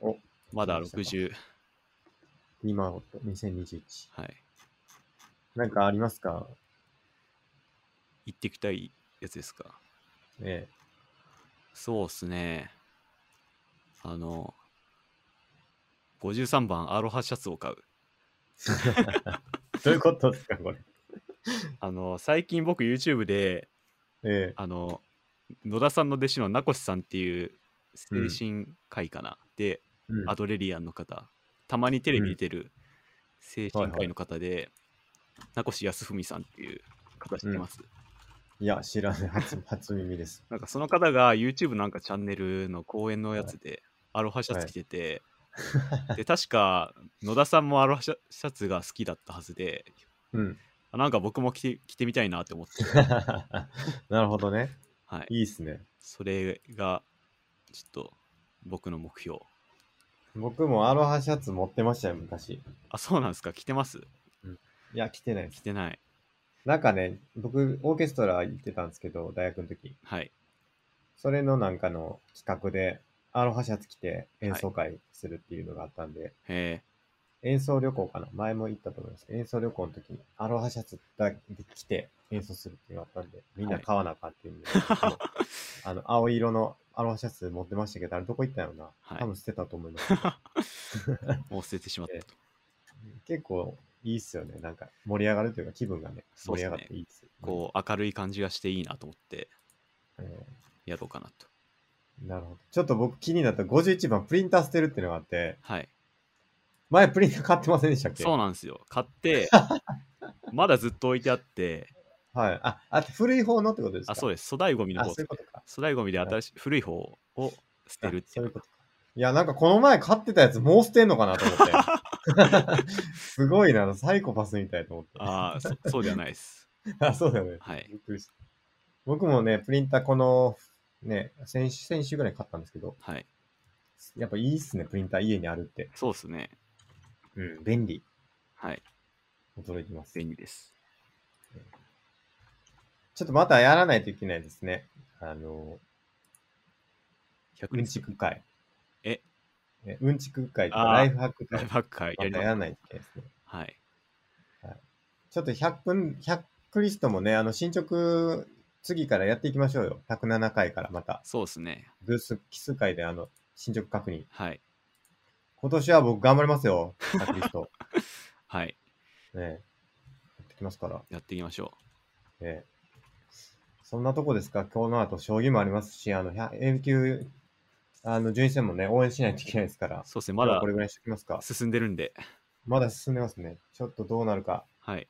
Speaker 1: お、
Speaker 2: まだ
Speaker 1: そうでし
Speaker 2: 60、
Speaker 1: 今、2021。
Speaker 2: はい。
Speaker 1: なんかありますか
Speaker 2: 行ってきたいやつですか。
Speaker 1: ええ。
Speaker 2: そうっすね。あの、53番、アロハシャツを買う。
Speaker 1: どういうことですかこれ。
Speaker 2: あの最近僕 YouTube で
Speaker 1: ええ
Speaker 2: あの野田さんの弟子の名越さんっていう精神科医かな、で
Speaker 1: うん
Speaker 2: アドレリアンの方たまにテレビに出る精神科医の方で、名越康文さんっていう方知ってます、
Speaker 1: いや、知らない。初初耳です。
Speaker 2: なんかその方が YouTube なんかチャンネルの講演のやつでアロハシャツ着てて、 で確か野田さんもアロハシャシャツが好きだったはずで
Speaker 1: うん。
Speaker 2: あなんか僕も着て着てみたいなって思って、
Speaker 1: なるほどね。
Speaker 2: はい、
Speaker 1: いいっすね。
Speaker 2: それがちょっと僕の目標
Speaker 1: 僕もアロハシャツ持ってましたよ、昔。
Speaker 2: あそうなんですか着てます
Speaker 1: いや、着てないです
Speaker 2: 着。てない
Speaker 1: なんかね、僕、オーケストラ行ってたんですけど、大学の時。
Speaker 2: はい
Speaker 1: それのなんかの企画で、アロハシャツ着て演奏会するっていうのがあったんで、
Speaker 2: へえ
Speaker 1: 演奏旅行かな前も行ったと思いますけど、演奏旅行の時にアロハシャツだけ着て演奏するっていうのがあったんで、みんな買わなあかんっていうんで、 あの、青色のアロハシャツ持ってましたけど、あれどこ行ったのな、
Speaker 2: はい
Speaker 1: 多分捨てたと思い ますけど。
Speaker 2: もう捨ててしまったと、
Speaker 1: 結構いいっすよね。なんか盛り上がるというか気分がね、
Speaker 2: そう
Speaker 1: 盛り
Speaker 2: っすね
Speaker 1: 上がっていいっすよね。
Speaker 2: こう明るい感じがしていいなと思って
Speaker 1: うん、
Speaker 2: やろうかなと
Speaker 1: なるほど。ちょっと僕気になった51番プリンター捨てるっていうのがあって、
Speaker 2: はい
Speaker 1: 前プリンター買ってませんでしたっけ
Speaker 2: そうなんですよ買って まだずっと置いてあって
Speaker 1: はい。あ、あ古い方のってことですか
Speaker 2: あそう
Speaker 1: う
Speaker 2: です粗大ゴミの
Speaker 1: あ、
Speaker 2: 方
Speaker 1: そういう
Speaker 2: 粗
Speaker 1: ことか。
Speaker 2: 大ゴミで新しい古い方を捨てるって
Speaker 1: あそう
Speaker 2: い
Speaker 1: いう
Speaker 2: う
Speaker 1: ことか。いや、なんかこの前買ってたやつもう捨てんのかなと思って。 すごいな、サイコパスみたいと思って。
Speaker 2: ああそそうではないです
Speaker 1: あ、そうだよね。
Speaker 2: はい
Speaker 1: びっくりした。僕もね、プリンターこの、ね、先週、先週ぐらい買ったんですけど、
Speaker 2: はい
Speaker 1: やっぱいいっすね、プリンター家にあるって。
Speaker 2: そうですね
Speaker 1: うん、便利。
Speaker 2: はい
Speaker 1: 驚いてます。
Speaker 2: 便利です
Speaker 1: ちょっとまたやらないといけないですね。あの、
Speaker 2: 100
Speaker 1: うん
Speaker 2: 日
Speaker 1: ちく会。
Speaker 2: え
Speaker 1: ねうんちく会とか
Speaker 2: あー
Speaker 1: ライフハック会。ま
Speaker 2: ばっかり
Speaker 1: た
Speaker 2: やり
Speaker 1: や
Speaker 2: ます
Speaker 1: らないといけないですね。
Speaker 2: はい
Speaker 1: ちょっと100分、100クリストもね、あの、進捗、次からやっていきましょうよ。107回からまた。
Speaker 2: そうですね
Speaker 1: 偶数奇数回であの、進捗確認。
Speaker 2: はい
Speaker 1: 今年は僕頑張りますよ。100クリス ト。
Speaker 2: はい
Speaker 1: ねえ。やってきますから。
Speaker 2: やっていきましょ
Speaker 1: ええ。そんなとこですか今日の後、将棋もありますし、あの、100 A 級、あの、順位戦もね、応援しないといけないですから
Speaker 2: う。そうですねま
Speaker 1: 今日は
Speaker 2: だ
Speaker 1: これぐらいにしておきますか。
Speaker 2: 進んでるんで
Speaker 1: まだ進んでますね。ちょっとどうなるか、
Speaker 2: はい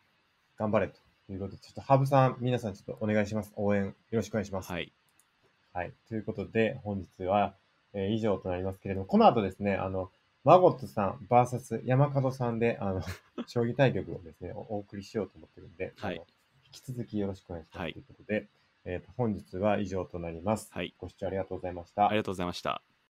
Speaker 1: 頑張れということで、ちょっとハブさん、皆さんちょっとお願いします。応援よろしくお願いします。
Speaker 2: はい
Speaker 1: はい。ということで、本日は、えー以上となりますけれども、この後ですね、あの、マゴットさん VS 山門さんで、あの、 将棋対局をですね、おお送りしようと思ってるんで、
Speaker 2: はい
Speaker 1: あの引き続きよろしくお願いします。
Speaker 2: はい
Speaker 1: ということで、えーと本日は以上となります。
Speaker 2: はい
Speaker 1: ご視聴ありがとうございました
Speaker 2: あり。がとうございました